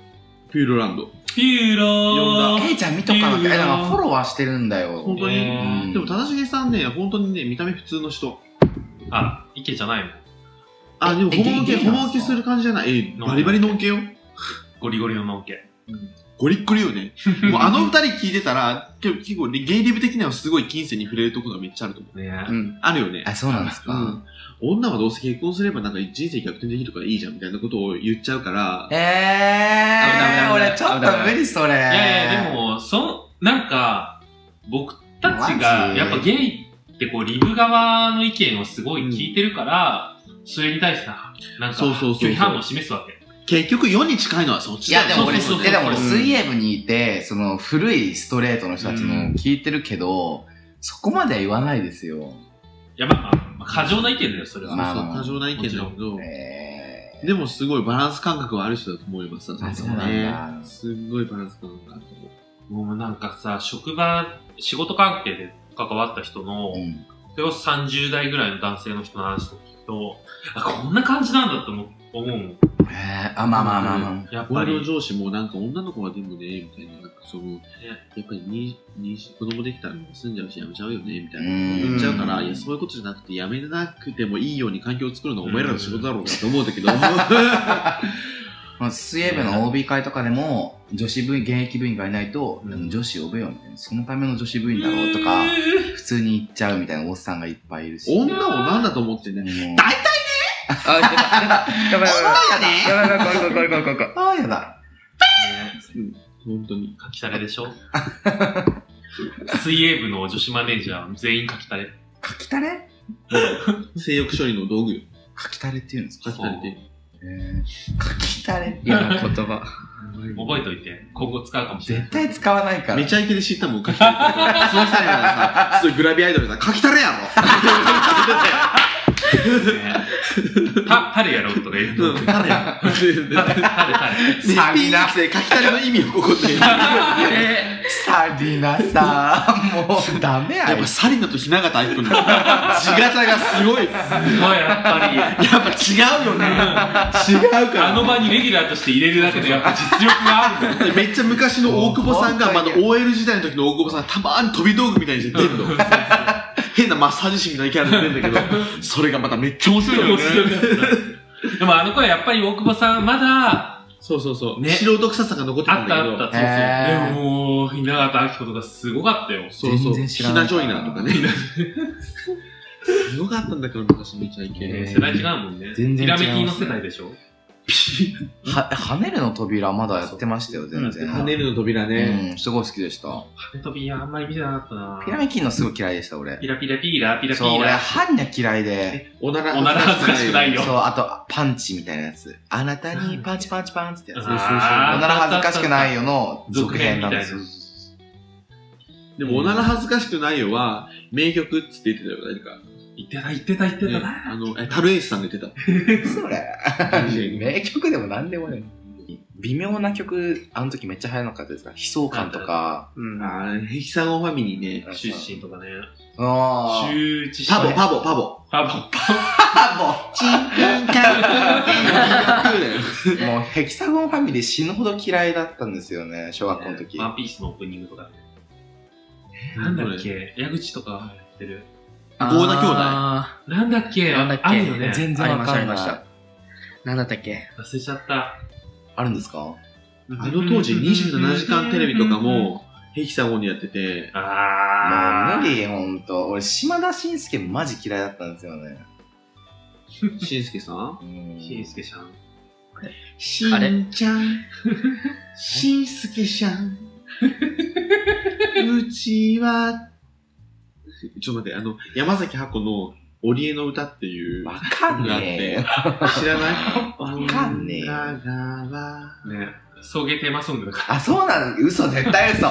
Speaker 3: ピューロランド。
Speaker 2: ピューロ
Speaker 1: ケ
Speaker 2: ー。
Speaker 1: イちゃん見とかなきゃ。
Speaker 2: い
Speaker 1: え
Speaker 2: いよ
Speaker 1: だからフォローはしてるんだよ。
Speaker 3: 本当
Speaker 2: え
Speaker 3: に。
Speaker 2: ー
Speaker 3: でも正しげさんね、本当にね、見た目普通の人。
Speaker 2: あ、池じゃないもん。
Speaker 3: あ、でも、
Speaker 1: え
Speaker 3: ほぼ受け、
Speaker 1: ゲイゲ
Speaker 3: ほ
Speaker 1: イな
Speaker 3: ぼ
Speaker 1: ん
Speaker 3: 受
Speaker 1: ですか
Speaker 3: けする感じじゃない。え、バリバリのんけよ。
Speaker 2: ゴリゴリののんけ。
Speaker 3: ゴリッゴリ よね。もうあの二人聞いてたら、結構結構ね、ゲイリブ的にはすごい近世に触れるところがめっちゃあると思う。
Speaker 2: ね
Speaker 1: うん。
Speaker 3: あるよね。
Speaker 1: あ、そうなんです
Speaker 3: う
Speaker 1: か。
Speaker 3: ん。女はどうせ結婚すればなんか人生逆転できるからいいじゃんみたいなことを言っちゃうから、
Speaker 1: えー、
Speaker 7: 危ない危ない
Speaker 1: 俺ちょっと無理それ。い
Speaker 2: いやいや、でも、そん、なんか、僕たちが
Speaker 1: マ、ジ
Speaker 2: やっぱゲイってこう、リブ側の意見をすごい聞いてるから、それに対してな、なんか、
Speaker 3: そうそうそうそう
Speaker 2: 拒否反応を示すわけ。
Speaker 3: 結局世に近いのはそっ
Speaker 1: い
Speaker 3: ちだ
Speaker 1: や
Speaker 3: よ
Speaker 1: でも俺、い
Speaker 2: そうそうそうそう
Speaker 1: やでも俺水泳部にいて、その古いストレートの人たちも聞いてるけど、そこまでは言わないですよ。
Speaker 2: いや、まあまあ、まあ、過剰な意見だよ、それは。
Speaker 1: まあ
Speaker 3: そうそう、多少な意見だけど、
Speaker 1: え
Speaker 3: でもすごいバランス感覚はある人だと思います
Speaker 1: ー、あ、そうなんだ。
Speaker 3: すんごいバランス感覚があると思う。
Speaker 2: もうなんかさ、職場、仕事関係で関わった人の、
Speaker 1: うん。
Speaker 2: それを30代ぐらいの男性の人の話とか聞くと、あ、こんな感じなんだと思う思うもん。
Speaker 1: えー、あ、まあまあまあまあ。
Speaker 2: やっぱ
Speaker 3: 俺
Speaker 2: り
Speaker 3: の。上司もなんか女の子はでもね、みたいな、なんかその、やっぱりにに子供できたら住んじゃうしやめちゃうよね、みたいな
Speaker 1: うん
Speaker 3: 言っちゃうから、いや、そういうことじゃなくて、やめなくてもいいように環境を作るのはお前らの仕事だろうなと思うんだけど、
Speaker 1: まあ、水泳部の OB 会とかでも、女子部員、現役部員がいないと、あの女子呼べよみたいな、そのための女子部員だろうとか、普通に言っちゃうみたいなおっさんがいっぱいいるし。
Speaker 3: 女をなんだと思ってんだよ。
Speaker 1: もう
Speaker 7: あ、出た。出た。やばいやばい。やばいやばい、これこれこれこれこれ。
Speaker 1: ああ、やだ。
Speaker 3: 本当に。
Speaker 2: 書きたれでしょ水泳部の女子マネージャー全員書きたれ。
Speaker 1: かきたれ
Speaker 3: 性欲処理の道具よ。
Speaker 1: かきたれって言うんですか
Speaker 3: 書き足りて。
Speaker 1: えーかきたれって
Speaker 7: 嫌な言葉。
Speaker 2: 覚えといて、今後使うかもしれない
Speaker 1: 絶。対使わないから。
Speaker 3: めちゃイケで知ったもん、書き足りて。その際にはさ、すごいグラビアアイドルさ、書き足れや
Speaker 2: た、たれやろうとか言う
Speaker 3: ろ
Speaker 2: の。
Speaker 3: うん、誰や
Speaker 2: たれ、たれ、たれ。
Speaker 3: ね、
Speaker 1: サビ
Speaker 3: ピー
Speaker 1: な
Speaker 3: ナ書き足れの意味をここで。
Speaker 1: サリナさん、もうダメや。
Speaker 3: やっぱサリナと雛形愛くんの地形がすごい。やっ
Speaker 2: すごい、やっぱり。
Speaker 3: ぱ違うよね。違うか
Speaker 2: あの
Speaker 3: ら。
Speaker 2: 場にレギュラーとして入れるだけでやっぱ実力があるんだ
Speaker 3: めっちゃ昔の大久保さんが、
Speaker 1: もう
Speaker 3: ま
Speaker 1: 本
Speaker 3: だ
Speaker 1: 当に
Speaker 3: OL 時代の時の大久保さんがたまーに飛び道具みたいにして出るの。変なマッサージ師みたいなキャラで出るん だけど、それがまためっちゃ面白いよね。
Speaker 2: でもあの子はやっぱり大久保さん、まだ、
Speaker 3: そうそうそう。
Speaker 2: ね
Speaker 3: 素人臭さが残ってた
Speaker 2: あ
Speaker 3: ん
Speaker 2: った
Speaker 3: だ
Speaker 2: あ
Speaker 3: け
Speaker 2: った、
Speaker 3: ど。
Speaker 2: そうそう。
Speaker 1: へー
Speaker 2: でも、雛形明子とかすごかったよ。
Speaker 3: そうそ
Speaker 1: 全
Speaker 3: う。
Speaker 1: 然
Speaker 3: ひ
Speaker 1: 知らな
Speaker 3: ないジョイナーとかね。すごかったんだけど、昔めちゃイケ。
Speaker 1: えー
Speaker 2: 世代違うもんね。
Speaker 1: 全然違いま
Speaker 2: ひら
Speaker 1: すね
Speaker 2: めきの世代でしょ
Speaker 1: は、跳ねるの扉まだやってましたよ、全然。
Speaker 3: 跳ねるの扉ね。
Speaker 1: うん、すごい好きでした。
Speaker 2: 羽飛びあんまり見てなかったな
Speaker 1: ピラミキンのすごい嫌いでした、俺。
Speaker 2: ピラピラピーラ、ピラピ
Speaker 1: そう、
Speaker 2: ー
Speaker 1: 俺、
Speaker 2: ラ。
Speaker 1: ハンニャ嫌いで。
Speaker 3: おなら
Speaker 2: おなら恥ずかしくないよ。
Speaker 1: そう、あと、パンチみたいなやつ。あなたにパンチパンチパンチってやつ。お
Speaker 2: あー
Speaker 1: なら恥ずかしくないよの続編なんですよ。
Speaker 3: でも、おなら恥ずかしくないよは、名曲っつって言ってたよ、誰か。
Speaker 2: 言ってた、言ってた、言ってた
Speaker 3: ね
Speaker 2: な。
Speaker 3: あの、え、タルエイスさん が言ってた。
Speaker 1: それ。名曲でも何でもない。微妙な曲、あの時めっちゃ流行らなかったですか悲壮感とか。
Speaker 4: うん。
Speaker 3: あーヘキサゴンファミリーね。
Speaker 2: 出身とかね。
Speaker 1: あー。
Speaker 2: 周知
Speaker 3: パボ、パボ、パボ。
Speaker 2: パボ。
Speaker 1: あ、
Speaker 3: チンピンカンピン
Speaker 1: もう、もうヘキサゴンファミリー死ぬほど嫌いだったんですよね、小学校の時。
Speaker 2: ワンピースのオープニングとかね。なんだっけ矢口とかが入ってる。
Speaker 3: 合田兄弟
Speaker 4: あ
Speaker 2: なんだっけ
Speaker 4: なんだっけ
Speaker 2: あるよね。
Speaker 1: 全
Speaker 4: ーありました、ありまし
Speaker 1: い
Speaker 4: た。。なんだったっけ
Speaker 2: 忘れちゃった。
Speaker 1: あるんですか
Speaker 3: あの当時、27時間テレビとか。も、ヘキサゴンでやってて、
Speaker 2: あ
Speaker 1: もう
Speaker 2: ー。
Speaker 1: 無理、ほんと。俺、島田紳介マジ嫌いだったんですよね。
Speaker 3: しんすけさん
Speaker 1: うん
Speaker 2: しんすけさん。
Speaker 3: し
Speaker 4: あれ
Speaker 3: んちゃん、しんすけちゃん、うちは、ちょっと待って、あの、山崎箱の織江の歌っていうの
Speaker 1: わかん
Speaker 3: があっ
Speaker 1: ね
Speaker 3: て、知らない
Speaker 1: わかんねえ
Speaker 3: 女川
Speaker 2: ね、送迎テーマソングだか
Speaker 1: あ、そうなの嘘、絶対嘘。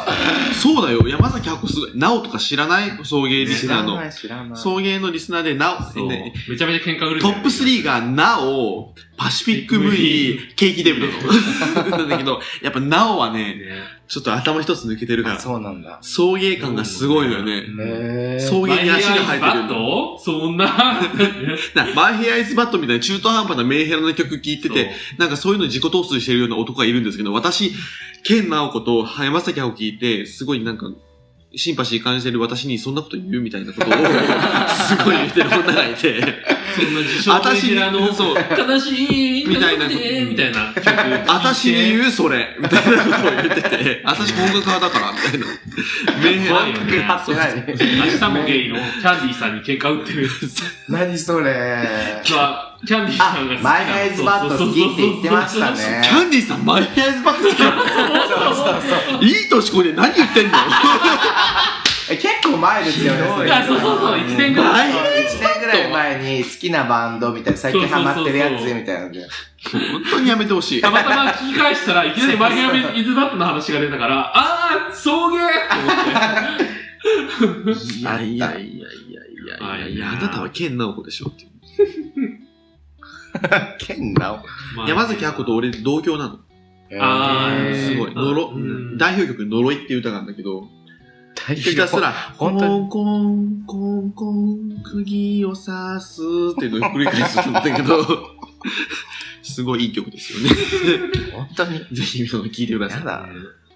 Speaker 3: そうだよ、山崎箱すごい。なおとか知らない送迎リス
Speaker 1: 知
Speaker 3: ナー
Speaker 1: ら
Speaker 3: の
Speaker 1: な。い、知らない。
Speaker 3: 送迎のリスナーで、な
Speaker 2: ら。
Speaker 3: お、
Speaker 2: そう。
Speaker 3: ね
Speaker 2: めちゃめちゃ喧嘩売る
Speaker 3: トップ3がなお、パシフィックムーイ、ケーキデブだと。なんだけど、やっぱなおはね、
Speaker 2: ね。
Speaker 3: ちょっと頭一つ抜けてるか
Speaker 1: あ
Speaker 3: ら、
Speaker 1: そうなんだ。
Speaker 3: 送迎感がすごいのよね。
Speaker 1: へー
Speaker 3: 草原に足が生
Speaker 2: マイアイ
Speaker 3: えて
Speaker 2: ズバッ
Speaker 3: るの。
Speaker 2: トそんな。
Speaker 3: なマイヘアアイスバットみたいな中途半端なメンヘラの曲聴いてて、なんかそういうの自己陶酔してるような男がいるんですけど、私、ケンナオコと山崎あを聞いて、すごいなんか、シンパシー感じてる私にそんなこと言うみたいな ことを、すごい言ってる女がいて、
Speaker 2: そうそんな自称メディアの、
Speaker 3: 私そう
Speaker 2: 悲しい、
Speaker 3: みたいな
Speaker 2: 悲しみたいな曲。
Speaker 3: 私に言うそれみたいなことを言ってて、私音楽家だから、みたいな。メンヘ
Speaker 2: 怖
Speaker 3: ラ
Speaker 2: いよね。
Speaker 1: そう何
Speaker 2: 明日もゲイのキャンディーさんに喧嘩売ってる。
Speaker 1: 何それ。
Speaker 2: まあ、キャンディーさんが好きな。
Speaker 1: マイガイズバット好きって言ってましたね。
Speaker 3: キャンディーさん、マイヘアアイスバット好きなの
Speaker 2: そうそうそう。
Speaker 3: いい年こいで何言ってんの
Speaker 1: え結構前ですよね。それ
Speaker 2: あそうそうそう一年ぐら
Speaker 3: い
Speaker 1: そう一年ぐらい前に好きなバンドみたいな、最近ハマってるやつみたいなので。
Speaker 3: 本当にやめてほしい。
Speaker 2: たまたま聞き返したらいきなりマイアミ・イズバットの話が出たから、あー、送迎って思って。
Speaker 3: いやいやいやいやいやいやいや、あなたは剣直子でしょっていう。
Speaker 1: 剣な
Speaker 3: 山崎あこと俺同郷なの。
Speaker 2: あー
Speaker 1: え
Speaker 3: すごい。
Speaker 2: ん
Speaker 3: のろ
Speaker 2: うん
Speaker 3: 代表曲、呪いっていう歌なんだけど、
Speaker 1: 大
Speaker 3: ひたすら、コ
Speaker 1: 本当に
Speaker 3: ンコン、コンコン、釘を刺すっていうのを繰り返すんだけど、すごいいい曲です よね。
Speaker 1: 本当に。
Speaker 3: ぜひ皆さん聴いてくださ
Speaker 1: や
Speaker 3: い。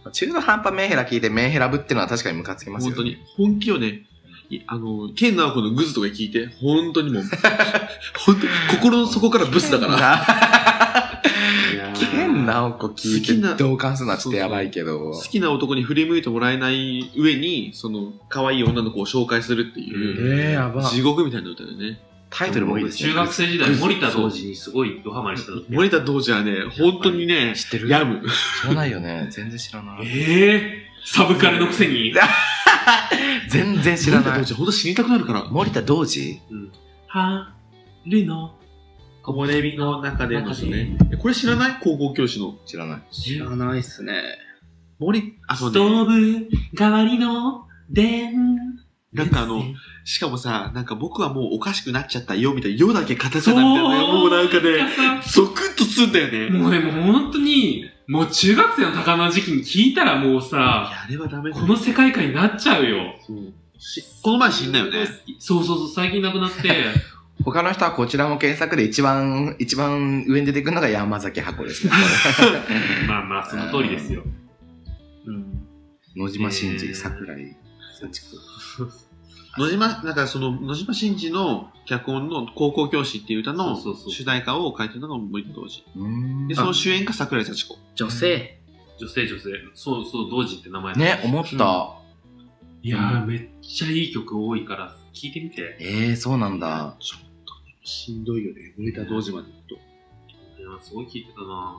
Speaker 1: だ。中途半端メンヘラ聞いてメンヘラぶってのは確かにムカつきますよ、
Speaker 3: 本
Speaker 1: ね。
Speaker 3: 当に、本気をね、いあの、剣直子のグズとか聞いて、本当にもう、 本当に心の底からブスだから。
Speaker 1: 剣直子聞い
Speaker 3: 好きな
Speaker 1: て同感するのはちょっとやばいけど。
Speaker 3: 好きな男に振り向いてもらえない上に、その、可愛い女の子を紹介するっていう、
Speaker 1: えー、やば
Speaker 3: 地獄みたいな歌だよね。
Speaker 1: タイトルもいいですね。
Speaker 2: 中学生時代、森田同時にすごいドハマりした時。
Speaker 3: 森田道司はね、本当にね、
Speaker 1: 知ってる
Speaker 3: やむ。
Speaker 1: 知らないよね。全然知らない。
Speaker 2: ええー、サブカルのくせ に。
Speaker 1: 全然知ら
Speaker 3: 森田
Speaker 1: な
Speaker 3: 道
Speaker 1: い。
Speaker 3: 司、本当死にたくなるから。
Speaker 1: 森田同時
Speaker 2: はるの。
Speaker 3: 木漏れ日の中での人ね。これ知らない高校教師の。
Speaker 1: 知らない。
Speaker 4: 知らないっすね。
Speaker 3: 森、あ、そう
Speaker 2: スト
Speaker 3: ね。
Speaker 2: ーブ代わりの電。
Speaker 3: なんかあの、しかもさ、なんか僕はもうおかしくなっちゃったよ、みたいな、よだけ片
Speaker 2: そう
Speaker 3: 仮名みたいなね。もうなんかね、
Speaker 2: ね。
Speaker 3: ゾクッとすんだよね。
Speaker 2: もうでも本当に、もう中学生の高菜の時期に聞いたらもうさ、
Speaker 3: あれはダメだ
Speaker 2: この世界観になっちゃうよ。
Speaker 3: そうしこの前死んだよね。
Speaker 2: そうそうそう、最近亡くなって。
Speaker 1: 他の人はこちらも検索で一番、一番上に出てくるのが山崎箱です ね。
Speaker 2: まあまあ、その通りですよ。
Speaker 1: 野島真二、
Speaker 2: えー
Speaker 1: 桜井幸子。
Speaker 3: 野島、なんかその、野島真二の脚本の高校教師っていう歌の
Speaker 2: そうそうそう
Speaker 3: 主題歌を書いてるのが森田同士。
Speaker 1: うーん
Speaker 3: で、その主演が桜井幸子。
Speaker 4: 女性。
Speaker 2: 女性女性。そうそう、同時って名前。
Speaker 1: ね、思った。
Speaker 2: いやー、めっちゃいい曲多いから、聞いてみて。
Speaker 1: ええー、そうなんだ。
Speaker 3: しんどいよね、森田同士まで行くと。
Speaker 2: いやーすごい聞いてたな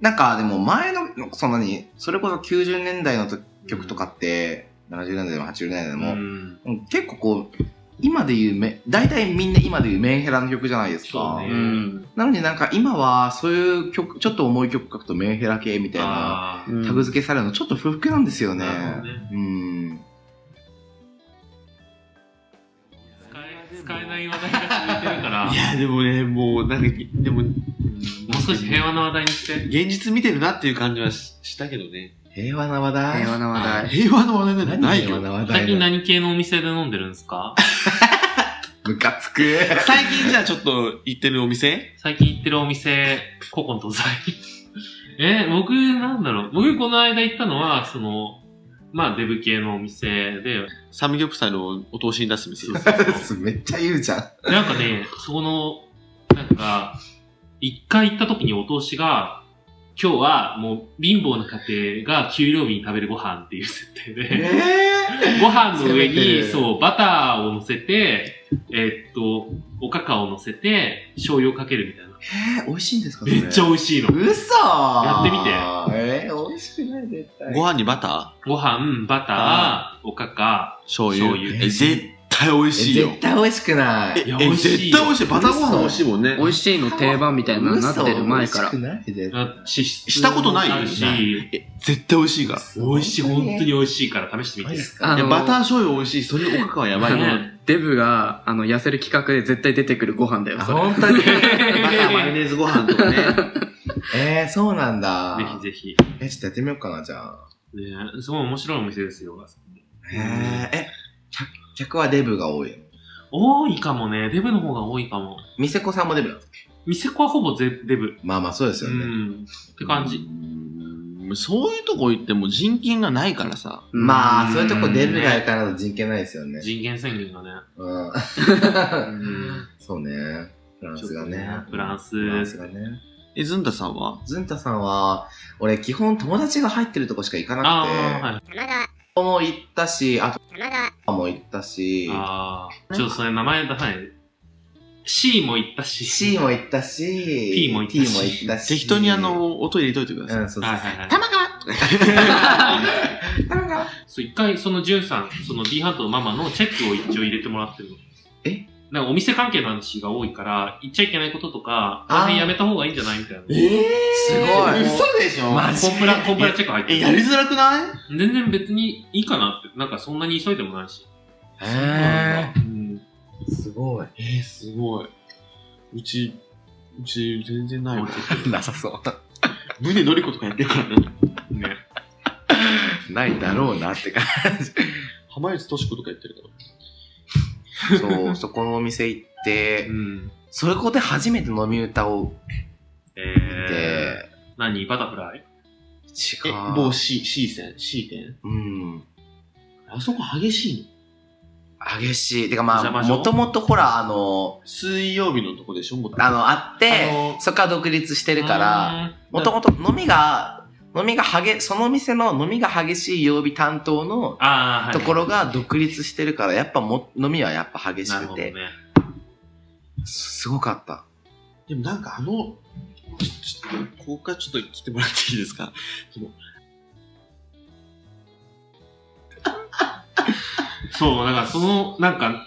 Speaker 1: なんか、でも前の、そんなに、それこそ90年代のと曲とかって、70年代でも80年代で
Speaker 2: う
Speaker 1: も、
Speaker 2: ん。
Speaker 1: うん結構こう、今で言うめ、大体みんな今で言うメンヘラの曲じゃないです
Speaker 2: そ
Speaker 1: か。
Speaker 2: う
Speaker 4: う
Speaker 2: ね
Speaker 4: ん。
Speaker 1: なのになんか今はそういう曲、ちょっと重い曲書くとメンヘラ系みたいな、
Speaker 2: あー
Speaker 1: タグ付けされるのちょっと不服なんですよね。
Speaker 2: なるほどね
Speaker 1: うん。
Speaker 2: 使え使えない話題が続いてるから、
Speaker 3: い
Speaker 2: も
Speaker 3: や、でもね、もう、なんか、でも、うん
Speaker 2: う少し平和な話題にして。
Speaker 3: 現実見てるなっていう感じはししたけどね。
Speaker 1: 平和な話題
Speaker 4: 平和な話題。
Speaker 3: 平和の話題なんてないよ。
Speaker 1: な話
Speaker 2: 最近何系のお店で飲んでるんですか
Speaker 1: ムカつく。
Speaker 3: 最近じゃあちょっと行ってるお店
Speaker 2: 最近行ってるお店、古今東西。 え、僕、なんだろう。僕、この間行ったのは、その、まあ、デブ系のお店で、
Speaker 3: サムギョプサルをお通しに出す店。
Speaker 2: そうそうそう
Speaker 1: めっちゃ言うじゃん。
Speaker 2: なんかね、そこの、なんか、一回行った時にお通しが、今日はもう貧乏な家庭が給料日に食べるご飯っていう設定で、ご飯の
Speaker 1: 攻め
Speaker 2: 上
Speaker 1: て
Speaker 2: に、
Speaker 1: る
Speaker 2: そう、バターを乗せて、えーっと、おかかを乗せて、醤油をかけるみたいな。
Speaker 1: えー、美味しいんですか
Speaker 2: めっちゃ
Speaker 1: ゃ。
Speaker 2: 美味しいの。
Speaker 1: 嘘
Speaker 2: やってみて
Speaker 1: えー、美味しくない、絶対。
Speaker 3: ご飯にバタ
Speaker 2: ご飯、バター、おかか
Speaker 3: ー、、醤油。
Speaker 2: 醤油
Speaker 3: え絶対美味しい
Speaker 1: え
Speaker 3: よ。
Speaker 1: 絶対美味しくない。
Speaker 3: え、
Speaker 2: いや
Speaker 3: え
Speaker 2: 美味しい
Speaker 3: 絶対美味しい。バターご飯美味しいもんね。
Speaker 4: 美味しいの定番みたいなのになってる前か
Speaker 1: 嘘
Speaker 4: ら。
Speaker 1: 美味しくない絶対
Speaker 2: なし
Speaker 3: したことない
Speaker 2: あるし、
Speaker 3: え絶対美味しいから。
Speaker 2: 美味しい、本当に美味しいから試してみ。
Speaker 1: マジってすか
Speaker 4: あ
Speaker 3: いやバター
Speaker 4: ー
Speaker 3: 醤油美味しい。それにおかかはやば
Speaker 4: あ
Speaker 3: い ね。
Speaker 4: の、デブが、あの、痩せる企画で絶対出てくるご飯だよ、
Speaker 1: あ
Speaker 4: それ。
Speaker 1: 本当に。
Speaker 3: バターマヨネーズご飯とかね。
Speaker 1: えー、そうなんだ。
Speaker 2: ぜひぜひ。
Speaker 1: え、ちょっとやってみようかな、じゃあ。
Speaker 2: ね、すごい面白いお店ですよ。
Speaker 1: えー、え、客客はデブが多いの。
Speaker 2: 多いかもね。デブの方が多いかも。
Speaker 1: 店子さんもデブなの
Speaker 2: 店子はほぼぜデブ。
Speaker 1: まあまあ、そうです
Speaker 2: う
Speaker 1: よね。
Speaker 2: ん。って感
Speaker 3: う
Speaker 2: じ。
Speaker 3: ーんそういうとこ行っても人権がないからさ。
Speaker 1: まあ、そういうとこデブがいかないと人権ないですよね。
Speaker 2: 人権宣言がね。
Speaker 1: うん。そうね。フランスがね。
Speaker 2: フランス。
Speaker 1: フランスがね。
Speaker 3: え、ずんたさんは
Speaker 1: ズンタさんは、俺基本友達が入ってるとこしか行かな
Speaker 2: あ
Speaker 1: くて、
Speaker 2: あ、はい。
Speaker 1: ここも行ったし、あと、も行ったし、
Speaker 2: ああ、ちょっとそれ名前出さない。C も言ったし。
Speaker 1: C も行ったし、
Speaker 2: P も行ったし
Speaker 1: T も行ったし
Speaker 3: 適当にあ、の、音入れといてく
Speaker 1: う
Speaker 3: だ
Speaker 1: ん、
Speaker 3: さい。
Speaker 1: そうそう。
Speaker 2: はいはいはい。
Speaker 1: なんか、
Speaker 2: そう、一回、その、じゅんさん、その D ハントのママのチェックを一応入れてもらってるの。
Speaker 1: え
Speaker 2: なんかお店関係の話が多いから、言っちゃいけないこととか、
Speaker 1: あー
Speaker 2: あの辺やめた方がいいんじゃないみたいな。
Speaker 1: すごい。
Speaker 3: 嘘でしょ
Speaker 1: マジ
Speaker 2: コンプラ、コンプラチェック入って
Speaker 3: え、
Speaker 2: る
Speaker 3: やりづらくない
Speaker 2: 全然別にいいかなって、なんかそんなに急いでもないし。
Speaker 1: へ
Speaker 2: うん。
Speaker 1: ーすごい。
Speaker 3: えー、すごい。うち、うち全然ないわ。
Speaker 8: なさそ
Speaker 3: 胸のりことかやってるからね。
Speaker 2: ね。
Speaker 8: う。ないだろうなって感
Speaker 3: 浜内敏子とかやってるから。
Speaker 1: そう、そこのお店行って
Speaker 2: う、ん。
Speaker 1: それこで初めて飲み歌を見
Speaker 2: え
Speaker 1: て、
Speaker 2: ー、何バタフライ
Speaker 1: 違
Speaker 3: え、
Speaker 1: う。
Speaker 3: もう C、C 線 ?C 点
Speaker 1: うん。
Speaker 3: あそこ激しいの
Speaker 1: 激しい。てかま
Speaker 2: 邪魔
Speaker 1: あ、
Speaker 2: 状
Speaker 1: もともとほら、あの、
Speaker 3: 水曜日のとこでしょもう
Speaker 1: あの、あって、
Speaker 3: あの
Speaker 1: そこから独立してるから、、
Speaker 2: うー
Speaker 1: も
Speaker 2: ん
Speaker 1: ともと飲みが、飲みが激、その店の飲みが激しい曜日担当の
Speaker 2: ああ、はい。
Speaker 1: ところが独立してるから、やっぱも、飲みはやっぱ激し
Speaker 2: なる
Speaker 1: く
Speaker 2: ほど
Speaker 1: て、
Speaker 2: ね。
Speaker 1: すごかった。
Speaker 3: でもなんかあの、ちょちょっと、ここからちょっと来てもらっていいですかその
Speaker 2: そう、だからその、なんか、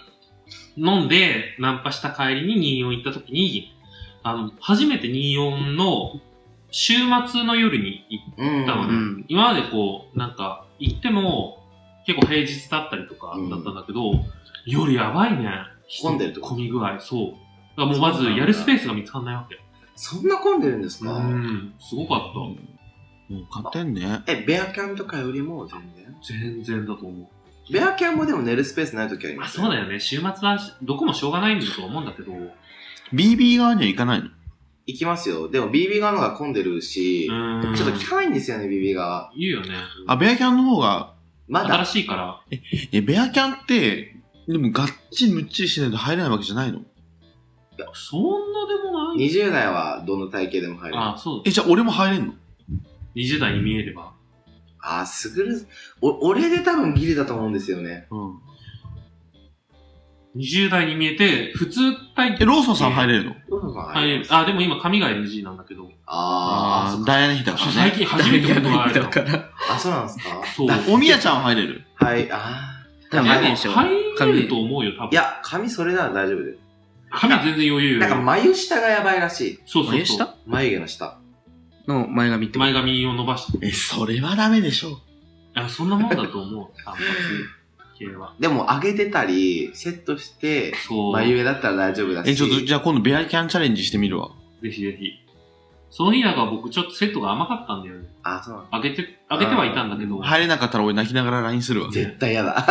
Speaker 2: 飲んで、ナンパした帰りに24行った時に、あの、初めて24の週末の夜に行っ
Speaker 1: う
Speaker 2: たの
Speaker 1: ん。
Speaker 2: ね。
Speaker 4: うん
Speaker 2: 今までこう、なんか、行っても、結構平日だったりとかだったんだけど、夜やばいね。
Speaker 1: 混んでるとこ
Speaker 2: 混み具合、そう。だからもうまずやるスペースが見つかんないわけ。
Speaker 1: そんな混んでるんです
Speaker 2: う
Speaker 1: か
Speaker 2: ん、すごかった。
Speaker 3: もう勝てんね。
Speaker 1: え、ベアキャンとかよりも全然
Speaker 2: 全然だと思
Speaker 1: ベアキャンもでも寝るスペースない時あり
Speaker 2: う。ま
Speaker 1: ま
Speaker 2: あ
Speaker 1: す
Speaker 2: そうだよね。週末はどこもしょうがないんだと思うんだけど。
Speaker 3: BB 側には行かないの
Speaker 1: 行きますよ。でも BB 側の方が混んでるし、
Speaker 2: うん。
Speaker 1: ちょっと汚いんですよね、BB 側。
Speaker 2: 言うよね。
Speaker 3: あ、ベアキャンの方が、
Speaker 1: まだ
Speaker 2: 新しいから。
Speaker 3: え、ベアキャンって、でもがっちりむっちりしないと入れないわけじゃないの
Speaker 2: そんなでもない。
Speaker 1: 20代はどの体型でも入る。
Speaker 2: あ、そう。
Speaker 3: え、じゃあ俺も入れんの
Speaker 2: 20代に見えれば。
Speaker 1: あー、すぐる、お、俺で多分ギリだと思うんですよね。
Speaker 3: うん。
Speaker 2: 20代に見えて、普通体
Speaker 3: え、ローソンさん入れるの
Speaker 1: どうなのかな
Speaker 2: 入れる。あ、でも今髪が NG なんだ けど。
Speaker 1: あーあそっか
Speaker 3: ダイアナ妃だから
Speaker 2: 最
Speaker 3: ね。
Speaker 2: 近初めてことがあるの。
Speaker 1: あ、そうなんですか
Speaker 2: そう。
Speaker 3: おみやちゃんは入れる
Speaker 1: はい、あ
Speaker 4: 多分
Speaker 2: いや
Speaker 4: ない
Speaker 2: で
Speaker 4: で
Speaker 2: も
Speaker 4: しょ。
Speaker 2: 入れると思うよ、多
Speaker 1: ーい
Speaker 2: 分。
Speaker 1: や、髪それなら大丈夫です。
Speaker 2: 髪全然余裕
Speaker 1: なんか
Speaker 2: よ。
Speaker 1: 眉下がやばいらしい。
Speaker 2: そうそう
Speaker 4: 眉
Speaker 2: そう。
Speaker 4: 下
Speaker 1: 眉毛の下。
Speaker 4: の前髪ってこと
Speaker 2: 前髪を伸ばして。
Speaker 3: え、それはダメでしょ。
Speaker 2: あ、そんなもんだと思う。 単発系は。
Speaker 1: でも上げてたり、セットして、
Speaker 2: そう。
Speaker 1: 眉毛だったら大丈夫だし。
Speaker 3: え、ちょっと、じゃあ今度ベアキャンチャレンジしてみるわ。
Speaker 2: ぜひぜひ。その日なんか僕ちょっとセットが甘かったんだよね。
Speaker 1: あ、そうなんだ
Speaker 2: 上げて、上げてはいたんだけど。
Speaker 3: 入れなかったら俺泣きながら LINE するわ。
Speaker 1: 絶対嫌だ。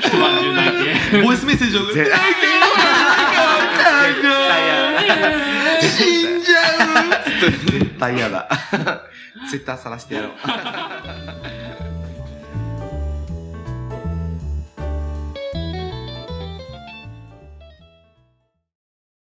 Speaker 2: 一晩中泣い て。
Speaker 3: ボイスメッセージ送って。
Speaker 1: 絶
Speaker 3: 死んじゃう
Speaker 1: 絶対嫌だ。ツイッター晒してやろう。